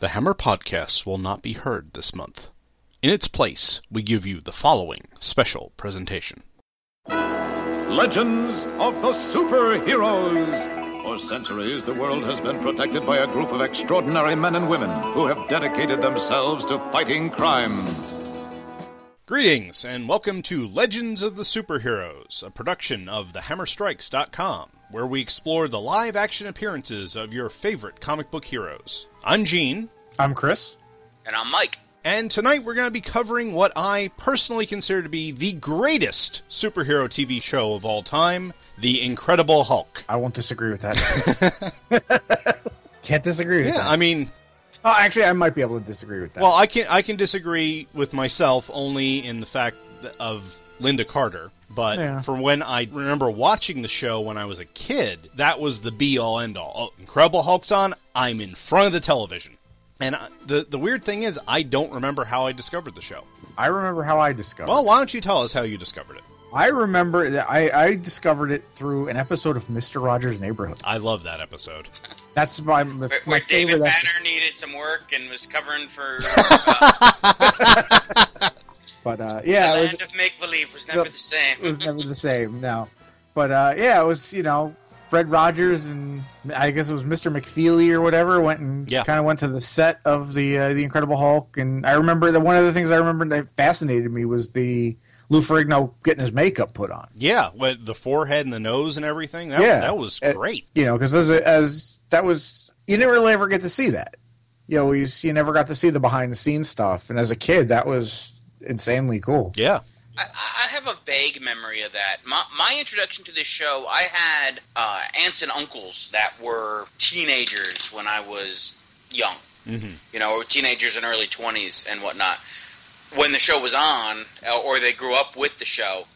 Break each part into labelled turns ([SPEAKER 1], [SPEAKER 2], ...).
[SPEAKER 1] The Hammer podcast will not be heard this month. In its place, we give you the following special presentation.
[SPEAKER 2] Legends of the Superheroes. For centuries, the world has been protected by a group of extraordinary men and women who have dedicated themselves to fighting crime.
[SPEAKER 1] Greetings, and welcome to Legends of the Superheroes, a production of TheHammerStrikes.com, where we explore the live action appearances of your favorite comic book heroes. I'm Gene,
[SPEAKER 3] I'm Chris.
[SPEAKER 4] And I'm Mike.
[SPEAKER 1] and tonight we're going to be covering what I personally consider to be the greatest superhero TV show of all time The Incredible Hulk.
[SPEAKER 3] I won't disagree with that. Can't disagree with
[SPEAKER 1] Yeah,
[SPEAKER 3] that.
[SPEAKER 1] I mean,
[SPEAKER 3] oh, actually, I might be able to disagree with that.
[SPEAKER 1] Well, I can I can disagree with myself only in the fact th- of Linda Carter, but
[SPEAKER 3] Yeah.
[SPEAKER 1] for when I remember watching the show when I was a kid, that was the be all end all. Oh, Incredible Hulk's on. I'm in front of the television, and I, the the weird thing is I don't remember how I discovered the show.
[SPEAKER 3] I remember how I discovered.
[SPEAKER 1] Well, why don't you tell us how you discovered it?
[SPEAKER 3] I remember that I, I discovered it through an episode of Mister Rogers' Neighborhood.
[SPEAKER 1] I love that episode.
[SPEAKER 3] That's my my,
[SPEAKER 4] Where,
[SPEAKER 3] my
[SPEAKER 4] where David
[SPEAKER 3] favorite.
[SPEAKER 4] Banner
[SPEAKER 3] episode.
[SPEAKER 4] needed some work and was covering for uh,
[SPEAKER 3] But uh,
[SPEAKER 4] the
[SPEAKER 3] yeah, it was, mm-hmm.
[SPEAKER 4] land of make believe was never
[SPEAKER 3] Yep.
[SPEAKER 4] the
[SPEAKER 3] it
[SPEAKER 4] same.
[SPEAKER 3] was never the same. No, but uh, yeah, it was you know Fred Rogers and I guess it was Mister McFeely or whatever went and
[SPEAKER 1] Yeah.
[SPEAKER 3] kind of went to the set of the uh, the Incredible Hulk. And I remember that one of the things I remember that fascinated me was the Lou Ferrigno getting his makeup put on.
[SPEAKER 1] yeah, with the forehead and the nose and everything. That,
[SPEAKER 3] Yeah.
[SPEAKER 1] that was
[SPEAKER 3] Uh,
[SPEAKER 1] great.
[SPEAKER 3] you know, because as, as that was, you didn't really ever get to see that. You always, you never got to see the behind the scenes stuff. And as a kid, that was insanely cool.
[SPEAKER 1] Yeah.
[SPEAKER 4] I, I have a vague memory of that. My, my introduction to this show, I had uh, aunts and uncles that were teenagers when I was young.
[SPEAKER 1] hmm
[SPEAKER 4] you know, teenagers in early 20s and whatnot, when the show was on, uh, or they grew up with the show.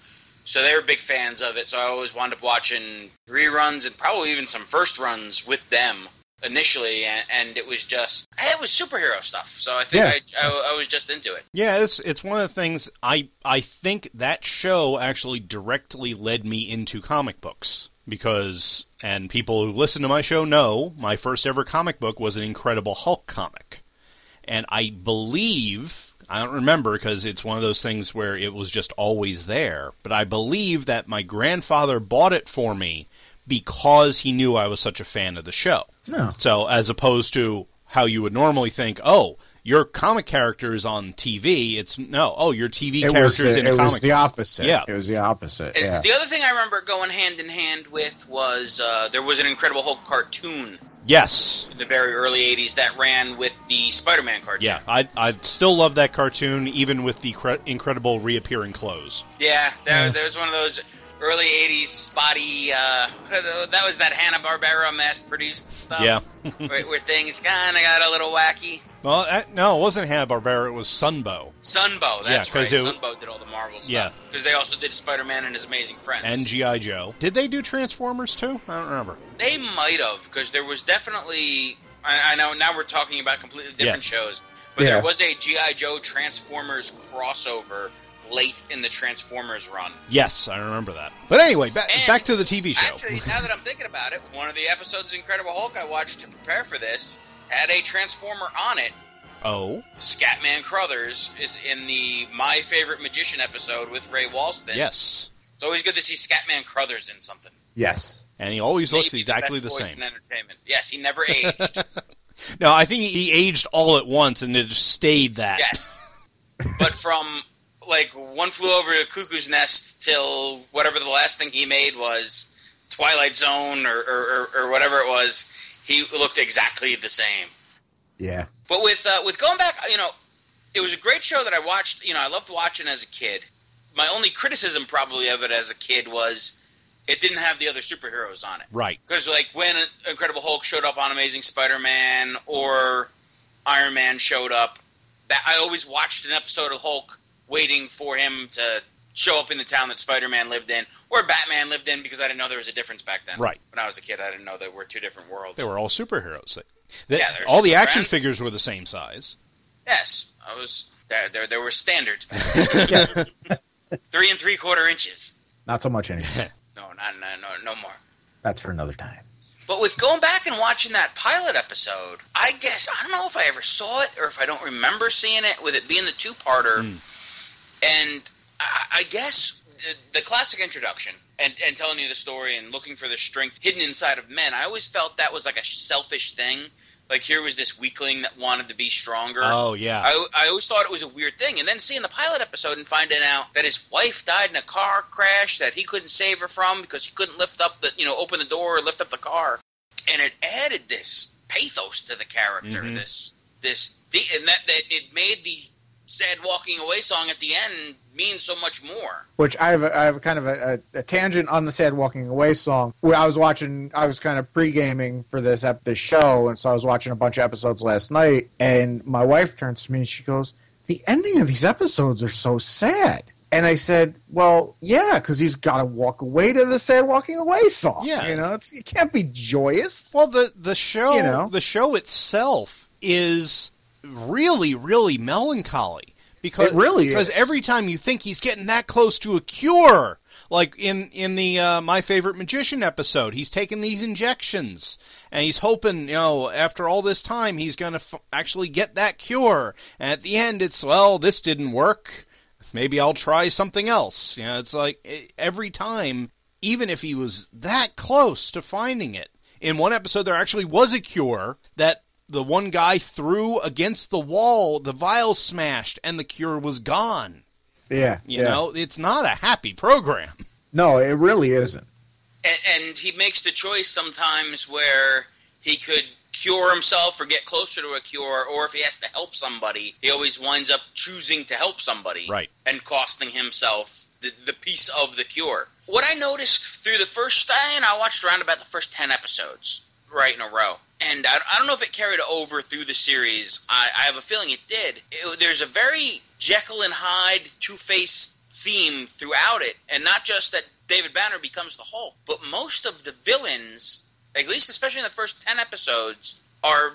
[SPEAKER 4] So they were big fans of it, so I always wound up watching reruns and probably even some first runs with them initially, and, and it was just, it was superhero stuff. So I think
[SPEAKER 3] Yeah.
[SPEAKER 4] I, I, I was just into it.
[SPEAKER 1] Yeah, it's it's one of the things I I think that show actually directly led me into comic books because and people who listen to my show know my first ever comic book was an Incredible Hulk comic. And I believe I don't remember because it's one of those things where it was just always there, but I believe that my grandfather bought it for me because he knew I was such a fan of the show.
[SPEAKER 3] No.
[SPEAKER 1] So as opposed to how you would normally think, oh, your comic character is on TV. It's no, oh, your TV
[SPEAKER 3] It
[SPEAKER 1] character
[SPEAKER 3] was,
[SPEAKER 1] is
[SPEAKER 3] the,
[SPEAKER 1] in
[SPEAKER 3] it
[SPEAKER 1] comic.
[SPEAKER 3] was the opposite.
[SPEAKER 1] Yeah.
[SPEAKER 3] It was the opposite.
[SPEAKER 4] And
[SPEAKER 3] Yeah.
[SPEAKER 4] The other thing I remember going hand in hand with was uh, there was an Incredible Hulk cartoon
[SPEAKER 1] yes,
[SPEAKER 4] in the very early 80s that ran with the Spider Man cartoon.
[SPEAKER 1] yeah, I I still love that cartoon, even with the cre- incredible reappearing clothes.
[SPEAKER 4] Yeah, there,
[SPEAKER 3] Yeah.
[SPEAKER 4] there was one of those early '80s spotty. Uh, that was that Hanna Barbera mass-produced stuff.
[SPEAKER 1] Yeah.
[SPEAKER 4] where, where things kind of got a little wacky.
[SPEAKER 1] Well, that, no, it wasn't Hanna Barbera. It was Sunbow
[SPEAKER 4] Sunbow,
[SPEAKER 1] Yeah,
[SPEAKER 4] that's
[SPEAKER 1] 'cause
[SPEAKER 4] right.
[SPEAKER 1] it-
[SPEAKER 4] Sunbow did all the Marvel stuff.
[SPEAKER 1] Yeah.
[SPEAKER 4] because they also did Spider-Man and His Amazing Friends.
[SPEAKER 1] and GI Joe. Did they do Transformers too? I don't remember.
[SPEAKER 4] they might have, because there was definitely. I, I know now we're talking about completely different
[SPEAKER 1] Yes.
[SPEAKER 4] shows, but
[SPEAKER 3] Yeah.
[SPEAKER 4] there was a GI Joe Transformers crossover late in the Transformers run.
[SPEAKER 1] Yes, I remember that. But anyway, ba-
[SPEAKER 4] And-
[SPEAKER 1] back to the TV show.
[SPEAKER 4] Actually, now that I'm thinking about it, one of the episodes of Incredible Hulk I watched to prepare for this had a Transformer on it.
[SPEAKER 1] oh,
[SPEAKER 4] Scatman Crothers is in the My Favorite Magician episode with Ray Walston.
[SPEAKER 1] yes,
[SPEAKER 4] It's always good to see Scatman Crothers in something.
[SPEAKER 3] yes.
[SPEAKER 1] and he always looks
[SPEAKER 4] Maybe
[SPEAKER 1] exactly
[SPEAKER 4] the,
[SPEAKER 1] the
[SPEAKER 4] best voice
[SPEAKER 1] same.
[SPEAKER 4] In entertainment. Yes, he never aged.
[SPEAKER 1] No, I think he aged all at once, and it just stayed that.
[SPEAKER 4] yes. But from like one flew over the cuckoo's nest till whatever the last thing he made was Twilight Zone or, or, or, or whatever it was, he looked exactly the same.
[SPEAKER 3] Yeah.
[SPEAKER 4] But with uh, with going back, you know, it was a great show that I watched. You know, I loved watching as a kid. My only criticism, probably of it as a kid, was it didn't have the other superheroes on it.
[SPEAKER 1] Right.
[SPEAKER 4] Because like when Incredible Hulk showed up on Amazing Spider-Man or Iron Man showed up, that I always watched an episode of Hulk waiting for him to show up in the town that Spider-Man lived in or Batman lived in because I didn't know there was a difference back then.
[SPEAKER 1] Right.
[SPEAKER 4] When I was a kid, I didn't know there were two different worlds.
[SPEAKER 1] They were all superheroes. They, they-
[SPEAKER 4] Yeah, they're
[SPEAKER 1] all the
[SPEAKER 4] super
[SPEAKER 1] action
[SPEAKER 4] friends.
[SPEAKER 1] figures were the same size.
[SPEAKER 4] Yes, I was there. There, there were standards.
[SPEAKER 3] Yes.
[SPEAKER 4] three and three quarter inches.
[SPEAKER 3] Not so much anymore.
[SPEAKER 4] No, not no, no, no more.
[SPEAKER 3] That's for another time.
[SPEAKER 4] But with going back and watching that pilot episode, I guess I don't know if I ever saw it or if I don't remember seeing it with it being the two parter. And I, I guess the, the classic introduction and, and telling you the story and looking for the strength hidden inside of men, I always felt that was like a selfish thing. Like here was this weakling that wanted to be stronger.
[SPEAKER 1] Oh yeah.
[SPEAKER 4] I, I always thought it was a weird thing. And then seeing the pilot episode and finding out that his wife died in a car crash that he couldn't save her from because he couldn't lift up the, you know, open the door or lift up the car. And it added this pathos to the character,
[SPEAKER 1] Mhm.
[SPEAKER 4] this, this, de- and that, that it made the sad walking away song at the end mean so much more.
[SPEAKER 3] which I have, a, I have a kind of a, a, a tangent on the sad walking away song where I was watching, I was kind of pre gaming for this ep- this show, and so I was watching a bunch of episodes last night, and my wife turns to me and she goes, "The ending of these episodes are so sad." And I said, "Well, yeah, because he's got to walk away to the sad walking away song.
[SPEAKER 1] Yeah.
[SPEAKER 3] you know, it's you can't be joyous.
[SPEAKER 1] Well, the the show,
[SPEAKER 3] You know?
[SPEAKER 1] the show itself is really, really melancholy because
[SPEAKER 3] It really
[SPEAKER 1] because
[SPEAKER 3] is.
[SPEAKER 1] every time you think he's getting that close to a cure, like in in the uh, my favorite magician episode, he's taking these injections and he's hoping, you know, after all this time, he's going to f- actually get that cure. And at the end, it's well, this didn't work. Maybe I'll try something else. You know, it's like eh, every time even if he was that close to finding it. In one episode, there actually was a cure that the one guy threw against the wall, the vial smashed, and the cure was gone.
[SPEAKER 3] Yeah,
[SPEAKER 1] You
[SPEAKER 3] yeah.
[SPEAKER 1] know, it's not a happy program.
[SPEAKER 3] no, it really isn't.
[SPEAKER 4] and, and he makes the choice sometimes where he could cure himself or get closer to a cure, or if he has to help somebody, he always winds up choosing to help somebody,
[SPEAKER 1] Right.
[SPEAKER 4] and costing himself the, the piece of the cure. What I noticed through the first, and I watched around about the first ten episodes right in a row. And I, I don't know if it carried over through the series. I, I have a feeling it did. It, there's a very Jekyll and Hyde, Two Face theme throughout it, and not just that David Banner becomes the Hulk, but most of the villains, at least especially in the first ten episodes, are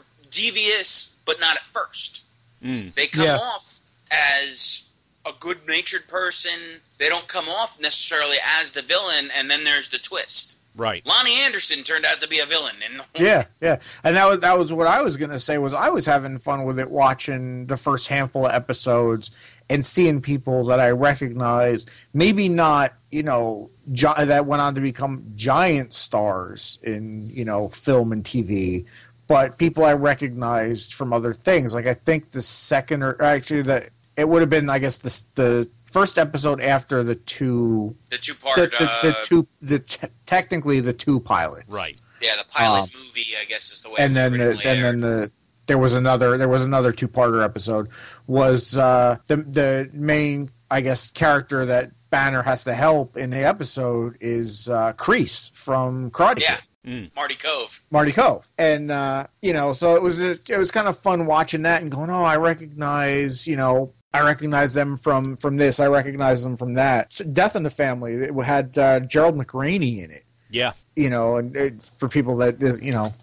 [SPEAKER 4] devious, but not at first. They come
[SPEAKER 3] Yeah.
[SPEAKER 4] off as a good-natured person. They don't come off necessarily as the villain, and then there's the twist.
[SPEAKER 1] Right.
[SPEAKER 4] Lonnie Anderson turned out to be a villain, and
[SPEAKER 3] yeah, yeah. And that was that was what I was gonna say was I was having fun with it watching the first handful of episodes and seeing people that I recognized, maybe not, you know, gi- that went on to become giant stars in, you know, film and TV, but people I recognized from other things. Like I think the second or actually that it would have been I guess the the first episode after the two
[SPEAKER 4] the two-part,
[SPEAKER 3] the, the, the
[SPEAKER 4] uh,
[SPEAKER 3] two the te- technically the two pilots.
[SPEAKER 1] Right.
[SPEAKER 4] yeah, the pilot movie, I guess, is the way.
[SPEAKER 3] Um, and
[SPEAKER 4] it was
[SPEAKER 3] then the,
[SPEAKER 4] originally
[SPEAKER 3] and then
[SPEAKER 4] aired.
[SPEAKER 3] the there was another there was another two parter episode was uh, the the main I guess character that Banner has to help in the episode is uh, Crease from Karate
[SPEAKER 4] yeah,
[SPEAKER 3] Kid,
[SPEAKER 4] Marty Cove.
[SPEAKER 3] Marty Cove, and uh, you know so it was a, it was kind of fun watching that and going oh I recognize you know. I recognize them from from this. I recognize them from that. So Death in the Family it had uh, Gerald McRaney in it.
[SPEAKER 1] Yeah.
[SPEAKER 3] you know, and it, for people that is, you know,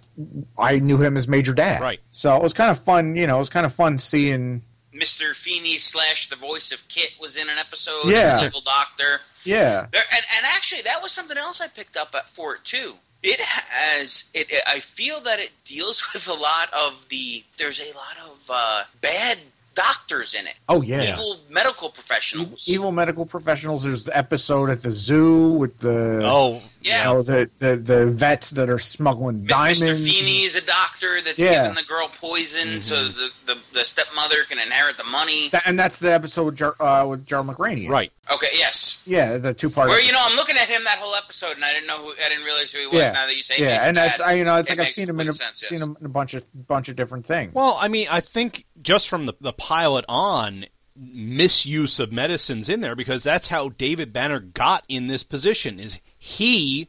[SPEAKER 3] I knew him as Major Dad.
[SPEAKER 1] Right.
[SPEAKER 3] So it was kind of fun. You know, it was kind of fun seeing.
[SPEAKER 4] Mr. Feeney slash the voice of Kit was in an episode.
[SPEAKER 3] Yeah.
[SPEAKER 4] the evil doctor.
[SPEAKER 3] Yeah.
[SPEAKER 4] There, and, and actually, that was something else I picked up at, for it too. It has it. it- I feel that it deals with a lot of the. There's a lot of uh, bad doctors in it.
[SPEAKER 3] Oh yeah. Evil,
[SPEAKER 4] Evil medical professionals.
[SPEAKER 3] evil medical professionals. There's the episode at the zoo with the
[SPEAKER 1] Oh,
[SPEAKER 3] you
[SPEAKER 4] yeah.
[SPEAKER 3] know, the, the the vets that are smuggling diamonds.
[SPEAKER 4] Mr. Feeney is a doctor that's
[SPEAKER 3] Yeah. Mm-hmm.
[SPEAKER 4] giving the girl poison so the, the, the stepmother can inherit the money.
[SPEAKER 3] That- and that's the episode with Jar, uh, with Gerald McRaney.
[SPEAKER 1] right.
[SPEAKER 4] okay, yes.
[SPEAKER 3] Yeah, the two part.
[SPEAKER 4] Where you know I'm looking at him that whole episode, and I didn't know who I didn't realize who he was.
[SPEAKER 3] Yeah.
[SPEAKER 4] Now that you say,
[SPEAKER 3] yeah,
[SPEAKER 4] Major
[SPEAKER 3] and that's
[SPEAKER 4] Dad,
[SPEAKER 3] I, you know it's
[SPEAKER 4] it
[SPEAKER 3] like I've
[SPEAKER 4] makes
[SPEAKER 3] seen him in
[SPEAKER 4] complete
[SPEAKER 3] a,
[SPEAKER 4] sense, yes.
[SPEAKER 3] seen him in a bunch of bunch of different things.
[SPEAKER 1] Well, I mean, I think just from the the pilot on, misuse of medicines in there because that's how David Banner got in this position. Is he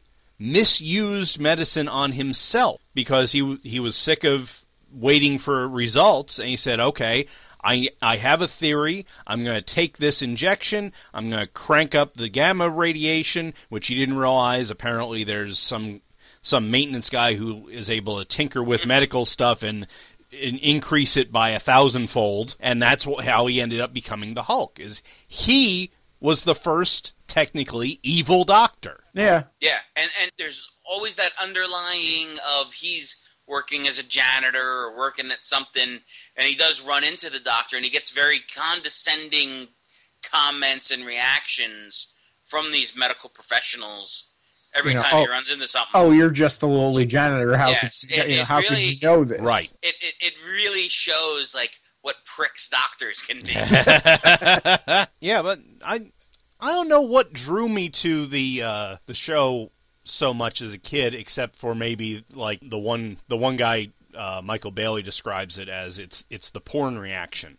[SPEAKER 1] misused medicine on himself because he he was sick of waiting for results and he said, "Okay, I I have a theory. I'm going to take this injection. I'm going to crank up the gamma radiation, which he didn't realize apparently there's some some maintenance guy who is able to tinker with medical stuff and, and increase it by a thousandfold, and that's wh- how he ended up becoming the Hulk. Is he was the first technically evil doctor?
[SPEAKER 3] yeah,
[SPEAKER 4] Yeah, and and there's always that underlying of he's working as a janitor or working at something, and he does run into the doctor, and he gets very condescending comments and reactions from these medical professionals every
[SPEAKER 3] You know,
[SPEAKER 4] time
[SPEAKER 3] oh,
[SPEAKER 4] he runs into something.
[SPEAKER 3] Oh, you're just the lowly janitor. How
[SPEAKER 4] Yes,
[SPEAKER 3] could you,
[SPEAKER 4] it-
[SPEAKER 3] you know,
[SPEAKER 4] it
[SPEAKER 3] how could
[SPEAKER 4] really-
[SPEAKER 3] you know this?
[SPEAKER 1] Right.
[SPEAKER 4] It, it it really shows like what pricks doctors can be.
[SPEAKER 1] yeah, but I I don't know what drew me to the uh, the show so much as a kid, except for maybe like the one the one guy uh, Michael Bailey describes it as it's it's the porn reaction.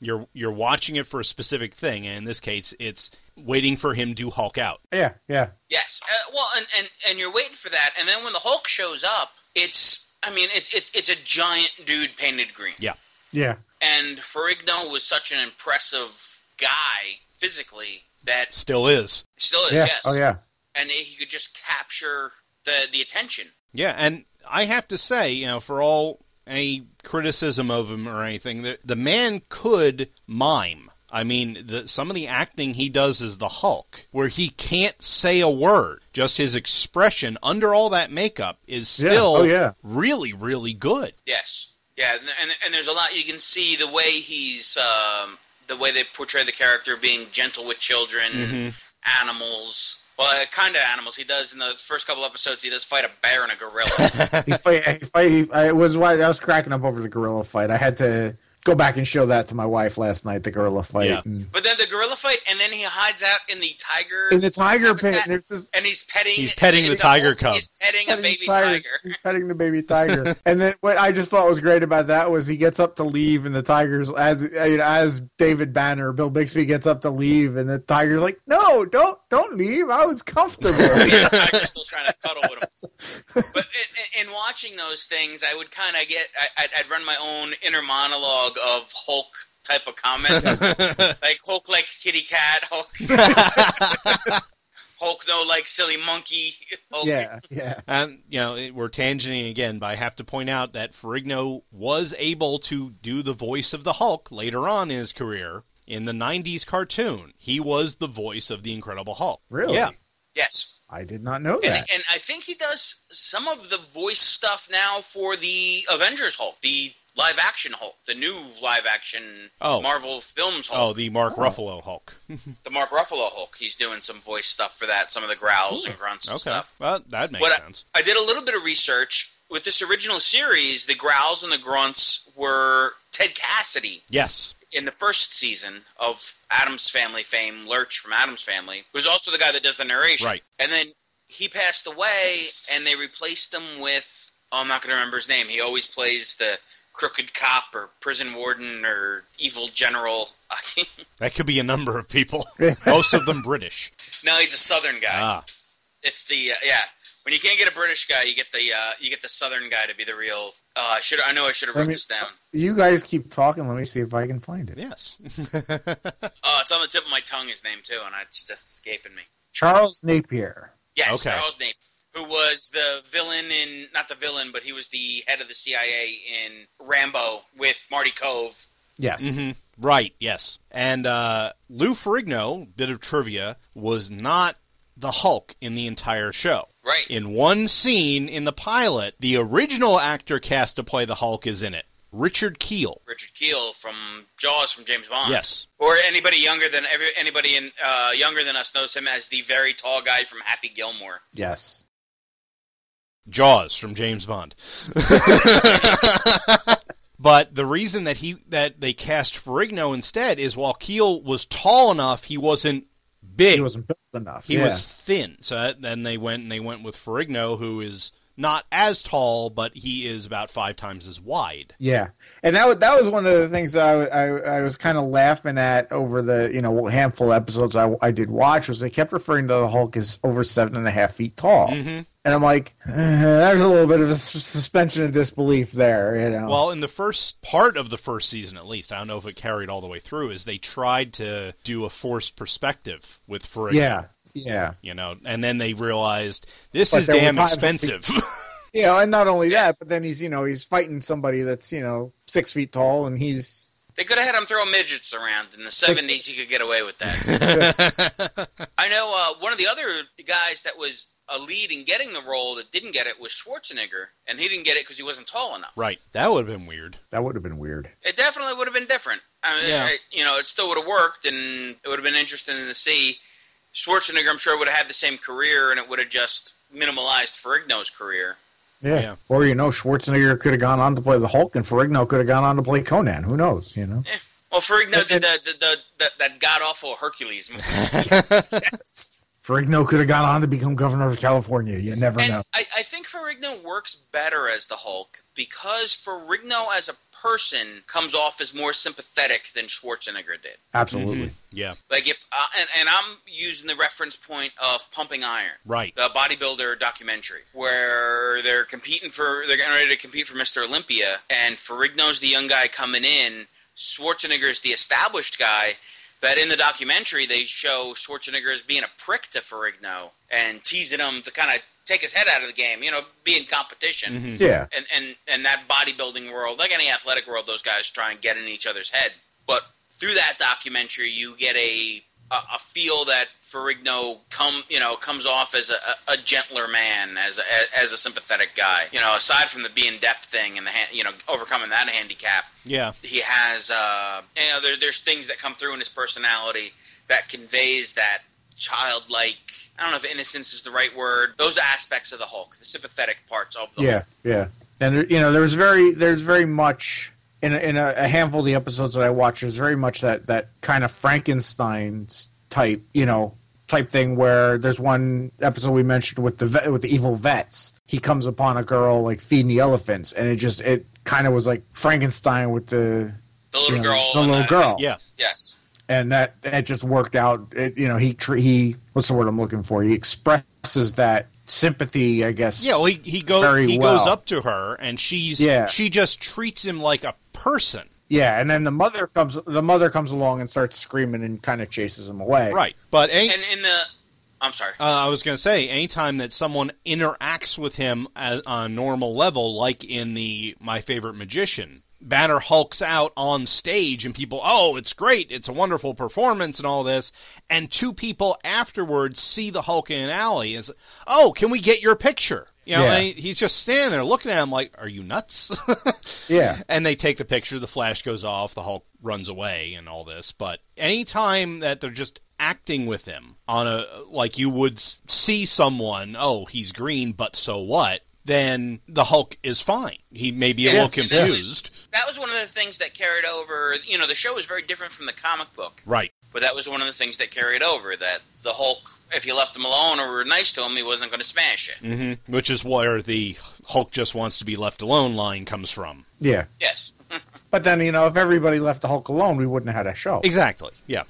[SPEAKER 1] You're you're watching it for a specific thing, and in this case, it's waiting for him to hulk out.
[SPEAKER 3] Yeah, yeah.
[SPEAKER 4] Yes. Uh, well, and, and and you're waiting for that, and then when the Hulk shows up, it's I mean it's it's it's a giant dude painted green.
[SPEAKER 1] Yeah,
[SPEAKER 3] Yeah.
[SPEAKER 4] And Ferrigno was such an impressive guy physically that
[SPEAKER 1] still is.
[SPEAKER 4] still is
[SPEAKER 3] Yeah.
[SPEAKER 4] yes.
[SPEAKER 3] Oh yeah.
[SPEAKER 4] And he could just capture the the attention.
[SPEAKER 1] Yeah, and I have to say, you know, for all any criticism of him or anything, the, the man could mime. I mean, the, some of the acting he does is the Hulk, where he can't say a word. Just his expression under all that makeup is
[SPEAKER 3] Yeah.
[SPEAKER 1] still
[SPEAKER 3] Oh, yeah.
[SPEAKER 1] really, really good.
[SPEAKER 4] Yes. Yeah, and, and, and there's a lot you can see the way he's um, the way they portray the character being gentle with children,
[SPEAKER 1] Mm-hmm.
[SPEAKER 4] animals. Well, kind of animals. He does in the first couple episodes. He does fight a bear and a gorilla.
[SPEAKER 3] He fight, he fight, he, I was why I was cracking up over the gorilla fight. I had to go back and show that to my wife last night. The gorilla fight.
[SPEAKER 1] Yeah.
[SPEAKER 3] And,
[SPEAKER 4] but then the gorilla fight, and then he hides out in the tiger
[SPEAKER 3] and the tiger
[SPEAKER 4] habitat,
[SPEAKER 3] pit. And there's this
[SPEAKER 4] and he's petting.
[SPEAKER 1] He's petting the
[SPEAKER 4] it's a
[SPEAKER 1] tiger
[SPEAKER 4] whole-
[SPEAKER 1] cub.
[SPEAKER 4] He's petting a
[SPEAKER 3] petting
[SPEAKER 4] baby
[SPEAKER 3] the tiger.
[SPEAKER 4] tiger.
[SPEAKER 3] He's petting the baby tiger. and then what I just thought was great about that was he gets up to leave, and the tiger's as you know, as David Banner, Bill Bixby gets up to leave, and the tiger's like, "No, don't, don't leave. I was comfortable."
[SPEAKER 4] Yeah, the tiger's still trying to cuddle with him. But in, in, in watching those things, I would kind of get, I, I'd, I'd run my own inner monologue of Hulk type of comments, like Hulk like kitty cat, Hulk, Hulk no like silly monkey. Hulk.
[SPEAKER 3] yeah, yeah.
[SPEAKER 1] And, you know, it, we're tangenting again, but I have to point out that Ferrigno was able to do the voice of the Hulk later on in his career. In the 90s cartoon, he was the voice of the Incredible Hulk.
[SPEAKER 3] Really?
[SPEAKER 1] Yeah.
[SPEAKER 4] Yes,
[SPEAKER 3] I did not know
[SPEAKER 4] and,
[SPEAKER 3] that.
[SPEAKER 4] and I think he does some of the voice stuff now for the Avengers Hulk, the live action Hulk, the new live action
[SPEAKER 1] Oh.
[SPEAKER 4] Marvel films Hulk.
[SPEAKER 1] Oh, the Mark Ruffalo Hulk.
[SPEAKER 4] the Mark Ruffalo Hulk. He's doing some voice stuff for that, some of the growls and grunts
[SPEAKER 1] Okay.
[SPEAKER 4] and stuff.
[SPEAKER 1] Well, that makes
[SPEAKER 4] What I,
[SPEAKER 1] sense.
[SPEAKER 4] I did a little bit of research with this original series. The growls and the grunts were Ted Cassidy
[SPEAKER 1] Yes.
[SPEAKER 4] in the first season of Adam's Family fame, Lurch from Adam's Family, who's also the guy that does the narration.
[SPEAKER 1] Right.
[SPEAKER 4] And then he passed away, and they replaced him with oh, I'm not going to remember his name. He always plays the crooked cop or prison warden or evil general.
[SPEAKER 1] That could be a number of people. Most of them British.
[SPEAKER 4] no, he's a southern guy.
[SPEAKER 1] Ah.
[SPEAKER 4] It's the uh, yeah. When you can't get a British guy, you get the uh, you get the Southern guy to be the real. Uh, I should I know I should have
[SPEAKER 3] I
[SPEAKER 4] wrote
[SPEAKER 3] mean-
[SPEAKER 4] this down.
[SPEAKER 3] You guys keep talking. Let me see if I can find it.
[SPEAKER 1] Yes.
[SPEAKER 4] Oh, it's on the tip of my tongue. His name too, and it's just escaping me.
[SPEAKER 3] Charles Napier.
[SPEAKER 4] Yes,
[SPEAKER 1] Okay.
[SPEAKER 4] Charles name, who was the villain in not the villain, but he was the head of the CIA in Rambo with Marty Cove.
[SPEAKER 3] Yes.
[SPEAKER 4] Mm-hmm.
[SPEAKER 1] Mhm. Right, yes. And uh, Lou Ferrigno, bit of trivia, was not the Hulk in the entire show.
[SPEAKER 4] Right.
[SPEAKER 1] In one scene in the pilot, the original actor cast to play the Hulk is in it Richard Keel.
[SPEAKER 4] Richard Keel from Jaws from James Bond.
[SPEAKER 1] Yes.
[SPEAKER 4] Or anybody younger than every, anybody in uh, younger than us knows him as the very tall guy from Happy Gilmore.
[SPEAKER 3] Yes.
[SPEAKER 1] Jaws from James Bond. but the reason that he that they cast Ferrigno instead is while Keel was tall enough, he wasn't big.
[SPEAKER 3] He wasn't built enough.
[SPEAKER 1] He
[SPEAKER 3] yeah.
[SPEAKER 1] was thin. So that, then they went and they went with Ferrigno, who is not as tall, but he is about five times as wide.
[SPEAKER 3] Yeah, and that was, that was one of the things that I I, I was kind of laughing at over the you know handful of episodes I, I did watch was they kept referring to the Hulk as over seven and a half feet tall,
[SPEAKER 1] Mm-hmm.
[SPEAKER 3] and I'm like, uh, there's a little bit of a s- suspension of disbelief there, you know.
[SPEAKER 1] Well, in the first part of the first season, at least, I don't know if it carried all the way through, is they tried to do a forced perspective with Ferrigno.
[SPEAKER 3] yeah, yeah,
[SPEAKER 1] You know, and then they realized this
[SPEAKER 3] But
[SPEAKER 1] is
[SPEAKER 3] there were
[SPEAKER 1] damn
[SPEAKER 3] times-
[SPEAKER 1] expensive.
[SPEAKER 3] you know, and not only that, but then he's you know he's fighting somebody that's you know six feet tall and he's
[SPEAKER 4] They could have had him throw midgets around in the seventies. You could get away with that. I know uh, one of the other guys that was a lead in getting the role that didn't get it was Schwarzenegger, and he didn't get it because he wasn't tall enough.
[SPEAKER 1] right. That would have been weird.
[SPEAKER 3] That would have been weird.
[SPEAKER 4] It definitely would have been different. I mean,
[SPEAKER 1] Yeah.
[SPEAKER 4] I- you know, it still would have worked, and it would have been interesting to see. Schwarzenegger, I'm sure, would have had the same career, and it would have just minimalized Ferrigno's career.
[SPEAKER 3] Yeah.
[SPEAKER 1] Yeah.
[SPEAKER 3] Or you know, Schwarzenegger could have gone on to play the Hulk, and Ferrigno could have gone on to play Conan. Who knows? You know.
[SPEAKER 4] Well, Ferrigno
[SPEAKER 3] And-
[SPEAKER 4] did the, the, the, the, that god awful Hercules movie.
[SPEAKER 3] Ferrigno could have gone on to become governor of California. You never
[SPEAKER 4] And
[SPEAKER 3] know.
[SPEAKER 4] I, I think Ferrigno works better as the Hulk because Ferrigno as a person comes off as more sympathetic than Schwarzenegger did.
[SPEAKER 3] Absolutely.
[SPEAKER 1] Mm-hmm. Yeah.
[SPEAKER 4] Like if uh, and, and I'm using the reference point of Pumping Iron,
[SPEAKER 1] Right.
[SPEAKER 4] the bodybuilder documentary where they're competing for they're getting ready to compete for Mr. Olympia, and Ferrigno's the young guy coming in, Schwarzenegger's the established guy. But in the documentary, they show Schwarzenegger as being a prick to Ferrigno and teasing him to kind of take his head out of the game, you know, be in competition.
[SPEAKER 1] Mm-hmm.
[SPEAKER 3] Yeah.
[SPEAKER 4] And, and, and that bodybuilding world, like any athletic world, those guys try and get in each other's head. But through that documentary, you get a a, a feel that Ferrigno come you know comes off as a, a gentler man, as a, as a sympathetic guy. You know, aside from the being deaf thing and the han- you know overcoming that handicap,
[SPEAKER 1] Yeah.
[SPEAKER 4] he has uh, you know there, there's things that come through in his personality that conveys that childlike. I don't know if innocence is the right word. Those aspects of the Hulk, the sympathetic parts of the Hulk.
[SPEAKER 3] Yeah. Yeah. And there- you know, there's very there's very much in a, in a, a handful of the episodes that I watch. There's very much that that kind of Frankenstein type, you know, type thing where there's one episode we mentioned with the vet, with the evil vets. He comes upon a girl like feeding the elephants, and it just it kind of was like Frankenstein with the
[SPEAKER 4] the little
[SPEAKER 3] you know,
[SPEAKER 4] girl,
[SPEAKER 3] the
[SPEAKER 4] and
[SPEAKER 3] little
[SPEAKER 4] the-
[SPEAKER 3] girl.
[SPEAKER 1] Yeah.
[SPEAKER 4] Yes.
[SPEAKER 3] and that that just worked out. It, you know, he tr- he what's the word I'm looking for? He expresses that sympathy, I guess.
[SPEAKER 1] Yeah, well, he, he goes
[SPEAKER 3] Very
[SPEAKER 1] he goes
[SPEAKER 3] well.
[SPEAKER 1] up to her and she's
[SPEAKER 3] Yeah.
[SPEAKER 1] she just treats him like a person.
[SPEAKER 3] yeah. And then the mother comes the mother comes along and starts screaming and kind of chases him away.
[SPEAKER 1] Right. But ain't
[SPEAKER 4] And in the, I'm sorry.
[SPEAKER 1] uh, I was going to say anytime that someone interacts with him at, on a normal level like in the My Favorite Magician, Banner hulks out on stage and people, "Oh, it's great. It's a wonderful performance and all this." And two people afterwards see the Hulk in an alley and say, "Oh, can we get your picture?" You know,
[SPEAKER 3] Yeah.
[SPEAKER 1] and he, he's just standing there looking at him like, "Are you nuts?"
[SPEAKER 3] Yeah.
[SPEAKER 1] and they take the picture the flash goes off the hulk runs away and all this but anytime that they're just acting with him on a like you would s- see someone oh he's green but so what then the hulk is fine he may be a little
[SPEAKER 4] And that was-
[SPEAKER 1] confused
[SPEAKER 4] That was one of the things that carried over. You know, the show was very different from the comic book,
[SPEAKER 1] right
[SPEAKER 4] but that was one of the things that carried over. That the Hulk, if you left him alone or were nice to him, he wasn't going to smash it.
[SPEAKER 3] Mm-hmm.
[SPEAKER 1] hmm which is where the hulk just wants to be left alone line comes from
[SPEAKER 3] Yeah.
[SPEAKER 4] Yes.
[SPEAKER 3] But then you know, if everybody left the Hulk alone, we wouldn't have had a show.
[SPEAKER 1] Exactly. Yeah.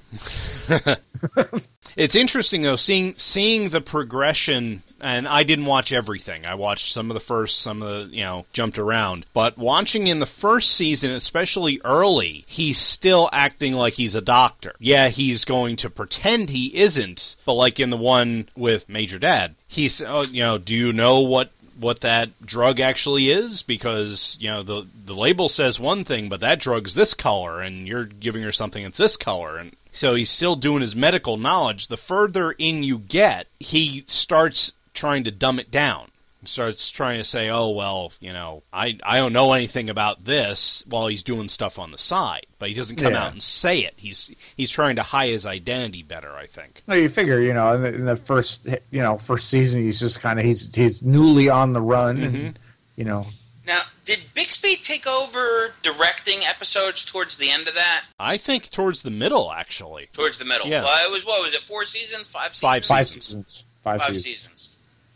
[SPEAKER 1] it's interesting though seeing seeing the progression and I didn't watch everything. I watched some of the first, some of the, you know, jumped around. But watching in the first season, especially early, he's still acting like he's a doctor. Yeah, he's going to pretend he isn't, but like in the one with Major Dad, he's oh, you know, do you know what what that drug actually is because you know the the label says one thing but that drug's this color and you're giving her something that's this color and so he's still doing his medical knowledge the further in you get he starts trying to dumb it down starts trying to say oh well you know i i don't know anything about this while he's doing stuff on the side but he doesn't come
[SPEAKER 3] Yeah.
[SPEAKER 1] out and say it he's he's trying to hide his identity better i think
[SPEAKER 3] No, you figure, you know, in the, in the first, you know, first season, he's just kind of he's he's newly on the run,
[SPEAKER 1] Mm-hmm.
[SPEAKER 3] and you know,
[SPEAKER 4] Now, did Bixby take over directing episodes towards the end of that?
[SPEAKER 1] i think towards the middle actually
[SPEAKER 4] Towards the middle.
[SPEAKER 1] Yeah.
[SPEAKER 4] Well, it was what was it? Four seasons? Five seasons?
[SPEAKER 1] Five
[SPEAKER 3] five
[SPEAKER 1] Seasons.
[SPEAKER 3] seasons, five,
[SPEAKER 4] Five
[SPEAKER 3] seasons.
[SPEAKER 4] seasons.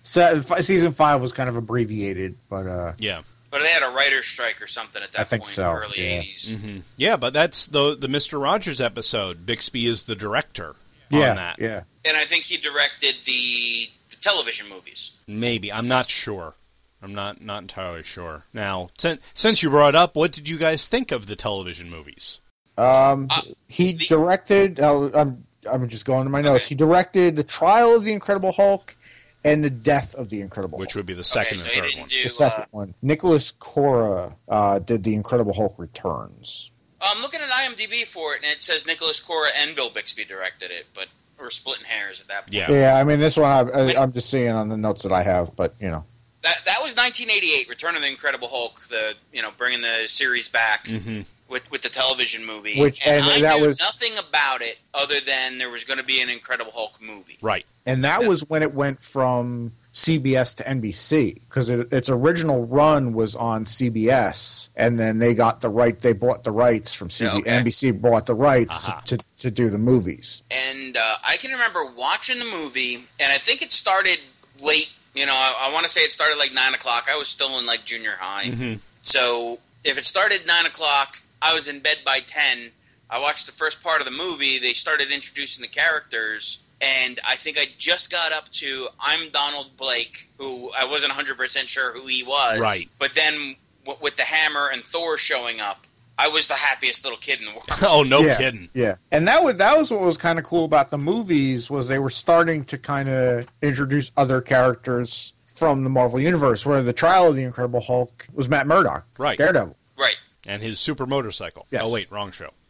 [SPEAKER 3] Se- fi- season five was kind of abbreviated, but uh,
[SPEAKER 1] yeah
[SPEAKER 4] But they had a writer's strike or something at that
[SPEAKER 3] I think
[SPEAKER 4] point,
[SPEAKER 3] so,
[SPEAKER 4] early
[SPEAKER 3] yeah. Mm-hmm.
[SPEAKER 4] 80s.
[SPEAKER 1] Yeah, but that's the the Mister Rogers episode. Bixby is the director
[SPEAKER 3] yeah,
[SPEAKER 1] on that.
[SPEAKER 3] yeah.
[SPEAKER 4] And I think he directed the, the television movies.
[SPEAKER 1] Maybe I'm not sure. I'm not not entirely sure. Now, since since you brought it up, what did you guys think of the television movies?
[SPEAKER 3] Um,
[SPEAKER 4] Uh,
[SPEAKER 3] he
[SPEAKER 4] the-
[SPEAKER 3] directed. Uh, I'm I'm just going to my notes. He directed the Trial of the Incredible Hulk and the Death of the Incredible,
[SPEAKER 1] Which
[SPEAKER 3] Hulk,
[SPEAKER 1] would be the second
[SPEAKER 4] okay, so
[SPEAKER 1] and
[SPEAKER 4] he
[SPEAKER 1] third
[SPEAKER 4] didn't
[SPEAKER 1] one.
[SPEAKER 4] do.
[SPEAKER 3] the
[SPEAKER 4] uh,
[SPEAKER 3] second one. Nicholas Cora uh, did the Incredible Hulk Returns.
[SPEAKER 4] oh, I'm looking at IMDb for it, and it says Nicholas Cora and Bill Bixby directed it, but we're splitting hairs at that point.
[SPEAKER 1] Yeah.
[SPEAKER 3] Yeah, I mean this one I, I, I'm just seeing on the notes that I have, but you know,
[SPEAKER 4] That that was 1988, Return of the Incredible Hulk, the you know bringing the series back
[SPEAKER 1] Mm-hmm.
[SPEAKER 4] with with the television movie,
[SPEAKER 3] Which-
[SPEAKER 4] and,
[SPEAKER 3] and
[SPEAKER 4] I
[SPEAKER 3] that
[SPEAKER 4] knew
[SPEAKER 3] was-
[SPEAKER 4] nothing about it other than there was going to be an Incredible Hulk movie.
[SPEAKER 1] Right.
[SPEAKER 3] and that was when it went from CBS to NBC because it, its original run was on CBS, and then they got the right. They bought the rights from CBS.
[SPEAKER 4] Yeah, okay. Uh-huh.
[SPEAKER 3] NBC bought the rights to, to do the movies.
[SPEAKER 4] and uh, I can remember watching the movie, and I think it started late. You know, I, I want to say it started like nine o'clock. I was still in like junior high, so if it started nine o'clock, I was in bed by ten. I watched the first part of the movie. They started introducing the characters, and I think I just got up to I'm Donald Blake, who I wasn't 100 percent sure who he was.
[SPEAKER 1] Right.
[SPEAKER 4] but then w- with the hammer and Thor showing up, I was the happiest little kid in the world.
[SPEAKER 1] Oh, no
[SPEAKER 3] yeah,
[SPEAKER 1] kidding.
[SPEAKER 3] Yeah, and that was that was what was kind of cool about the movies was they were starting to kind of introduce other characters from the Marvel universe. Where the trial of the Incredible Hulk was Matt Murdock,
[SPEAKER 1] Right.
[SPEAKER 3] Daredevil.
[SPEAKER 4] right.
[SPEAKER 1] And his super motorcycle.
[SPEAKER 3] Yes.
[SPEAKER 1] Oh, wait, wrong show.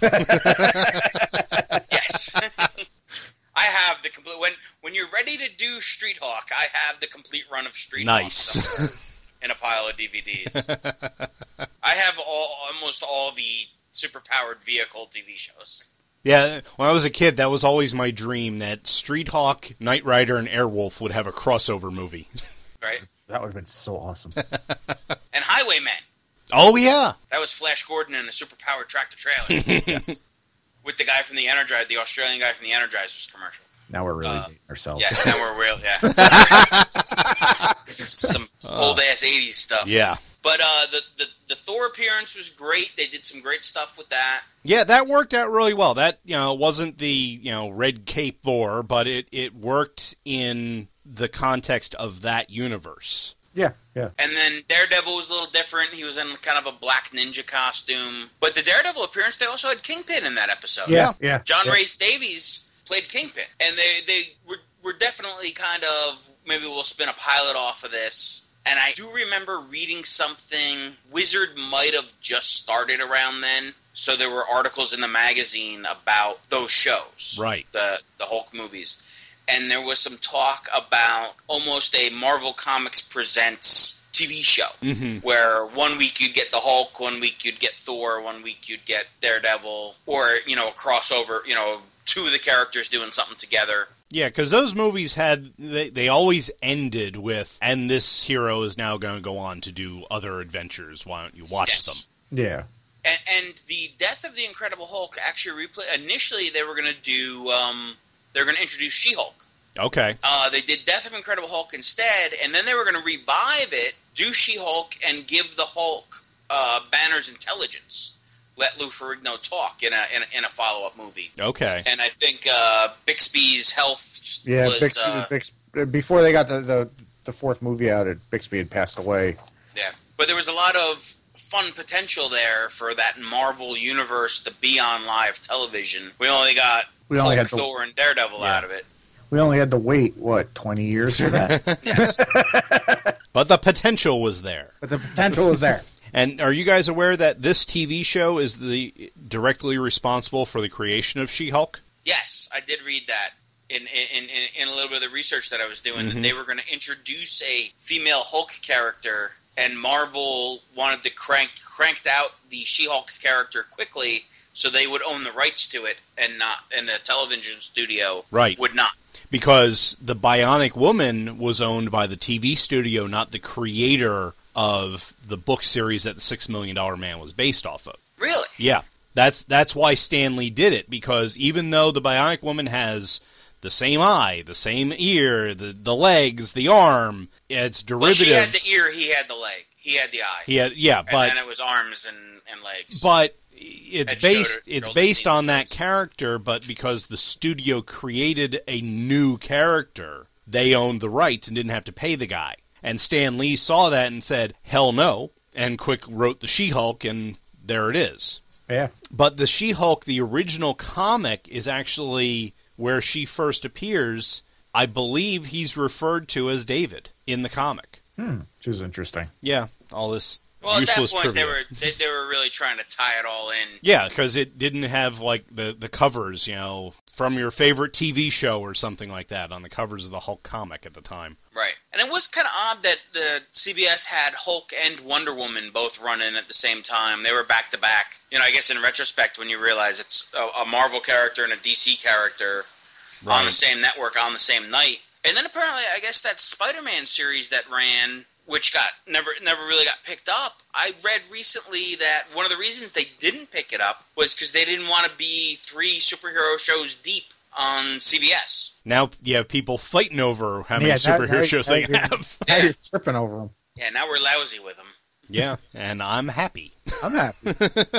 [SPEAKER 4] Yes. I have the complete when when you're ready to do Street Hawk, I have the complete run of Street Hawk
[SPEAKER 1] Nice.
[SPEAKER 4] somewhere in a pile of DVDs. I have all almost all the superpowered vehicle TV shows.
[SPEAKER 1] Yeah, when I was a kid, that was always my dream that Street Hawk, Knight Rider, and Airwolf would have a crossover movie.
[SPEAKER 4] Right?
[SPEAKER 3] That would have been so awesome.
[SPEAKER 4] And Highwaymen.
[SPEAKER 1] Oh, yeah.
[SPEAKER 4] That was Flash Gordon in a superpowered tractor trailer. With the guy from the Energizer, the Australian guy from the Energizer's commercial.
[SPEAKER 3] now we're really dating
[SPEAKER 1] Oh.
[SPEAKER 3] ourselves.
[SPEAKER 4] Yeah, now we're real. Yeah, some old ass '80s stuff.
[SPEAKER 1] Uh. Yeah.
[SPEAKER 4] But uh, the, the the Thor appearance was great. They did some great stuff with that.
[SPEAKER 1] Yeah, that worked out really well. That, you know, wasn't the, you know, red cape Thor, but it, it worked in the context of that universe.
[SPEAKER 3] yeah, yeah.
[SPEAKER 4] And then Daredevil was a little different. He was in kind of a black ninja costume. But the Daredevil appearance, they also had Kingpin in that episode.
[SPEAKER 3] Yeah, yeah.
[SPEAKER 4] John
[SPEAKER 3] yeah.
[SPEAKER 4] Race Davies played Kingpin, and they they were were definitely kind of maybe we'll spin a pilot off of this. And I do remember reading something. Wizard might have just started around then, so there were articles in the magazine about those shows,
[SPEAKER 1] Right.
[SPEAKER 4] The the Hulk movies, and there was some talk about almost a Marvel Comics presents TV show
[SPEAKER 1] Mm-hmm.
[SPEAKER 4] where one week you'd get the Hulk, one week you'd get Thor, one week you'd get Daredevil, or you know, a crossover, you know, two of the characters doing something together.
[SPEAKER 1] Yeah, because those movies had they, they always ended with, and this hero is now going to go on to do other adventures. Why don't you watch
[SPEAKER 4] Yes.
[SPEAKER 1] them?
[SPEAKER 3] Yeah.
[SPEAKER 4] And, and the death of the Incredible Hulk actually replay. Initially, they were going to do um, they were going to introduce She Hulk.
[SPEAKER 1] Okay,
[SPEAKER 4] Uh, they did Death of Incredible Hulk instead, and then they were going to revive it, do She Hulk, and give the Hulk uh, Banner's intelligence. Let Lou Ferrigno talk in a in a, in a follow up movie.
[SPEAKER 1] okay,
[SPEAKER 4] and I think uh, Bixby's health
[SPEAKER 3] Yeah,
[SPEAKER 4] was
[SPEAKER 3] Bixby,
[SPEAKER 4] uh,
[SPEAKER 3] Bixby, before they got the, the the fourth movie out, it, Bixby had passed away.
[SPEAKER 4] yeah. But there was a lot of fun potential there for that Marvel universe to be on live television. We only got
[SPEAKER 3] We only
[SPEAKER 4] Hulk,
[SPEAKER 3] had the-
[SPEAKER 4] Thor, and Daredevil out of it.
[SPEAKER 3] We only had to wait what twenty years for that,
[SPEAKER 1] but the potential was there.
[SPEAKER 3] but the potential was there.
[SPEAKER 1] And are you guys aware that this TV show is the directly responsible for the creation of She-Hulk?
[SPEAKER 4] Yes, I did read that in in, in, in a little bit of the research that I was doing.
[SPEAKER 1] Mm-hmm.
[SPEAKER 4] That they were going to introduce a female Hulk character, and Marvel wanted to crank cranked out the She-Hulk character quickly, so they would own the rights to it, and not and the television studio
[SPEAKER 1] Right.
[SPEAKER 4] would not.
[SPEAKER 1] Because the Bionic Woman was owned by the TV studio, not the creator of the book series that the Six Million Dollar Man was based off of.
[SPEAKER 4] Really?
[SPEAKER 1] Yeah, that's that's why Stanley did it because even though the Bionic Woman has the same eye, the same ear, the the legs, the arm, it's
[SPEAKER 4] Well,
[SPEAKER 1] derivative.
[SPEAKER 4] she had the ear, he had the leg, he had the eye,
[SPEAKER 1] He had- yeah,
[SPEAKER 4] and
[SPEAKER 1] but
[SPEAKER 4] then it was arms and, and legs.
[SPEAKER 1] but it's
[SPEAKER 4] Head,
[SPEAKER 1] based
[SPEAKER 4] shoulder,
[SPEAKER 1] it's
[SPEAKER 4] shoulders,
[SPEAKER 1] based
[SPEAKER 4] knees,
[SPEAKER 1] on that
[SPEAKER 4] toes.
[SPEAKER 1] character, but because the studio created a new character, they owned the rights and didn't have to pay the guy. And Stan Lee saw that and said, "Hell no!" and quick wrote the She-Hulk, and there it is.
[SPEAKER 3] Yeah,
[SPEAKER 1] But the She Hulk, the original comic, is actually where she first appears. I believe he's referred to as David in the comic.
[SPEAKER 3] which was interesting.
[SPEAKER 1] Yeah, all this
[SPEAKER 4] Well, at that
[SPEAKER 1] useless
[SPEAKER 4] point,
[SPEAKER 1] trivia.
[SPEAKER 4] they were they, they were really trying to tie it all in.
[SPEAKER 1] Yeah, because it didn't have like the the covers, you know, from your favorite TV show or something like that on the covers of the Hulk comic at the time.
[SPEAKER 4] Right. And it was kind of odd that the CBS had Hulk and Wonder Woman both running at the same time. They were back to back. You know, I guess in retrospect, when you realize it's a, a Marvel character and a DC character on the same network on the same night. And then apparently, I guess that Spider-Man series that ran, which got never never really got picked up. I read recently that one of the reasons they didn't pick it up was because they didn't want to be three superhero shows deep on CBS.
[SPEAKER 1] Now you have people fighting over how many
[SPEAKER 3] Yeah, that-
[SPEAKER 1] superhero
[SPEAKER 3] that-
[SPEAKER 1] shows
[SPEAKER 3] that-
[SPEAKER 1] they have.
[SPEAKER 3] Now you're tripping over them.
[SPEAKER 4] Yeah, now we're lousy with them.
[SPEAKER 1] yeah, and I'm happy.
[SPEAKER 3] I'm happy,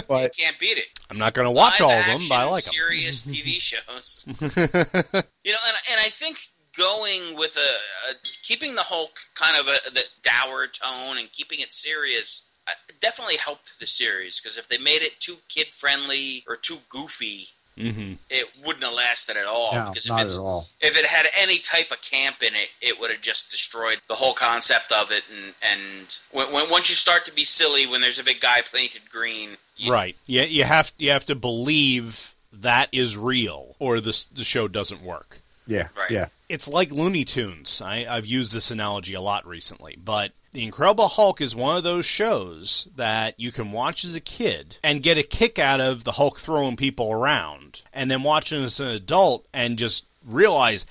[SPEAKER 3] but
[SPEAKER 4] Can't beat it.
[SPEAKER 1] I'm not going to watch all
[SPEAKER 4] Live
[SPEAKER 1] of them,
[SPEAKER 4] action,
[SPEAKER 1] but I like them.
[SPEAKER 4] serious TV shows. you know, and, and I think going with a, a keeping the Hulk kind of a the dour tone and keeping it serious uh, definitely helped the series because if they made it too kid friendly or too goofy,
[SPEAKER 1] hmm
[SPEAKER 4] it wouldn't have lasted at all.
[SPEAKER 3] no,
[SPEAKER 4] Oh, because if
[SPEAKER 3] not
[SPEAKER 4] it's
[SPEAKER 3] at all.
[SPEAKER 4] if it had any type of camp in it, it would have just destroyed the whole concept of it. And and when, when, once you start to be silly when there's a big guy painted green, you,
[SPEAKER 1] Right. Yeah, you have you have to believe that is real, or this the show doesn't work.
[SPEAKER 3] Yeah,
[SPEAKER 4] Right.
[SPEAKER 3] yeah.
[SPEAKER 1] It's like Looney Tunes. I, I've used this analogy a lot recently, but The Incredible Hulk is one of those shows that you can watch as a kid and get a kick out of the Hulk throwing people around, and then watch it as an adult and just realize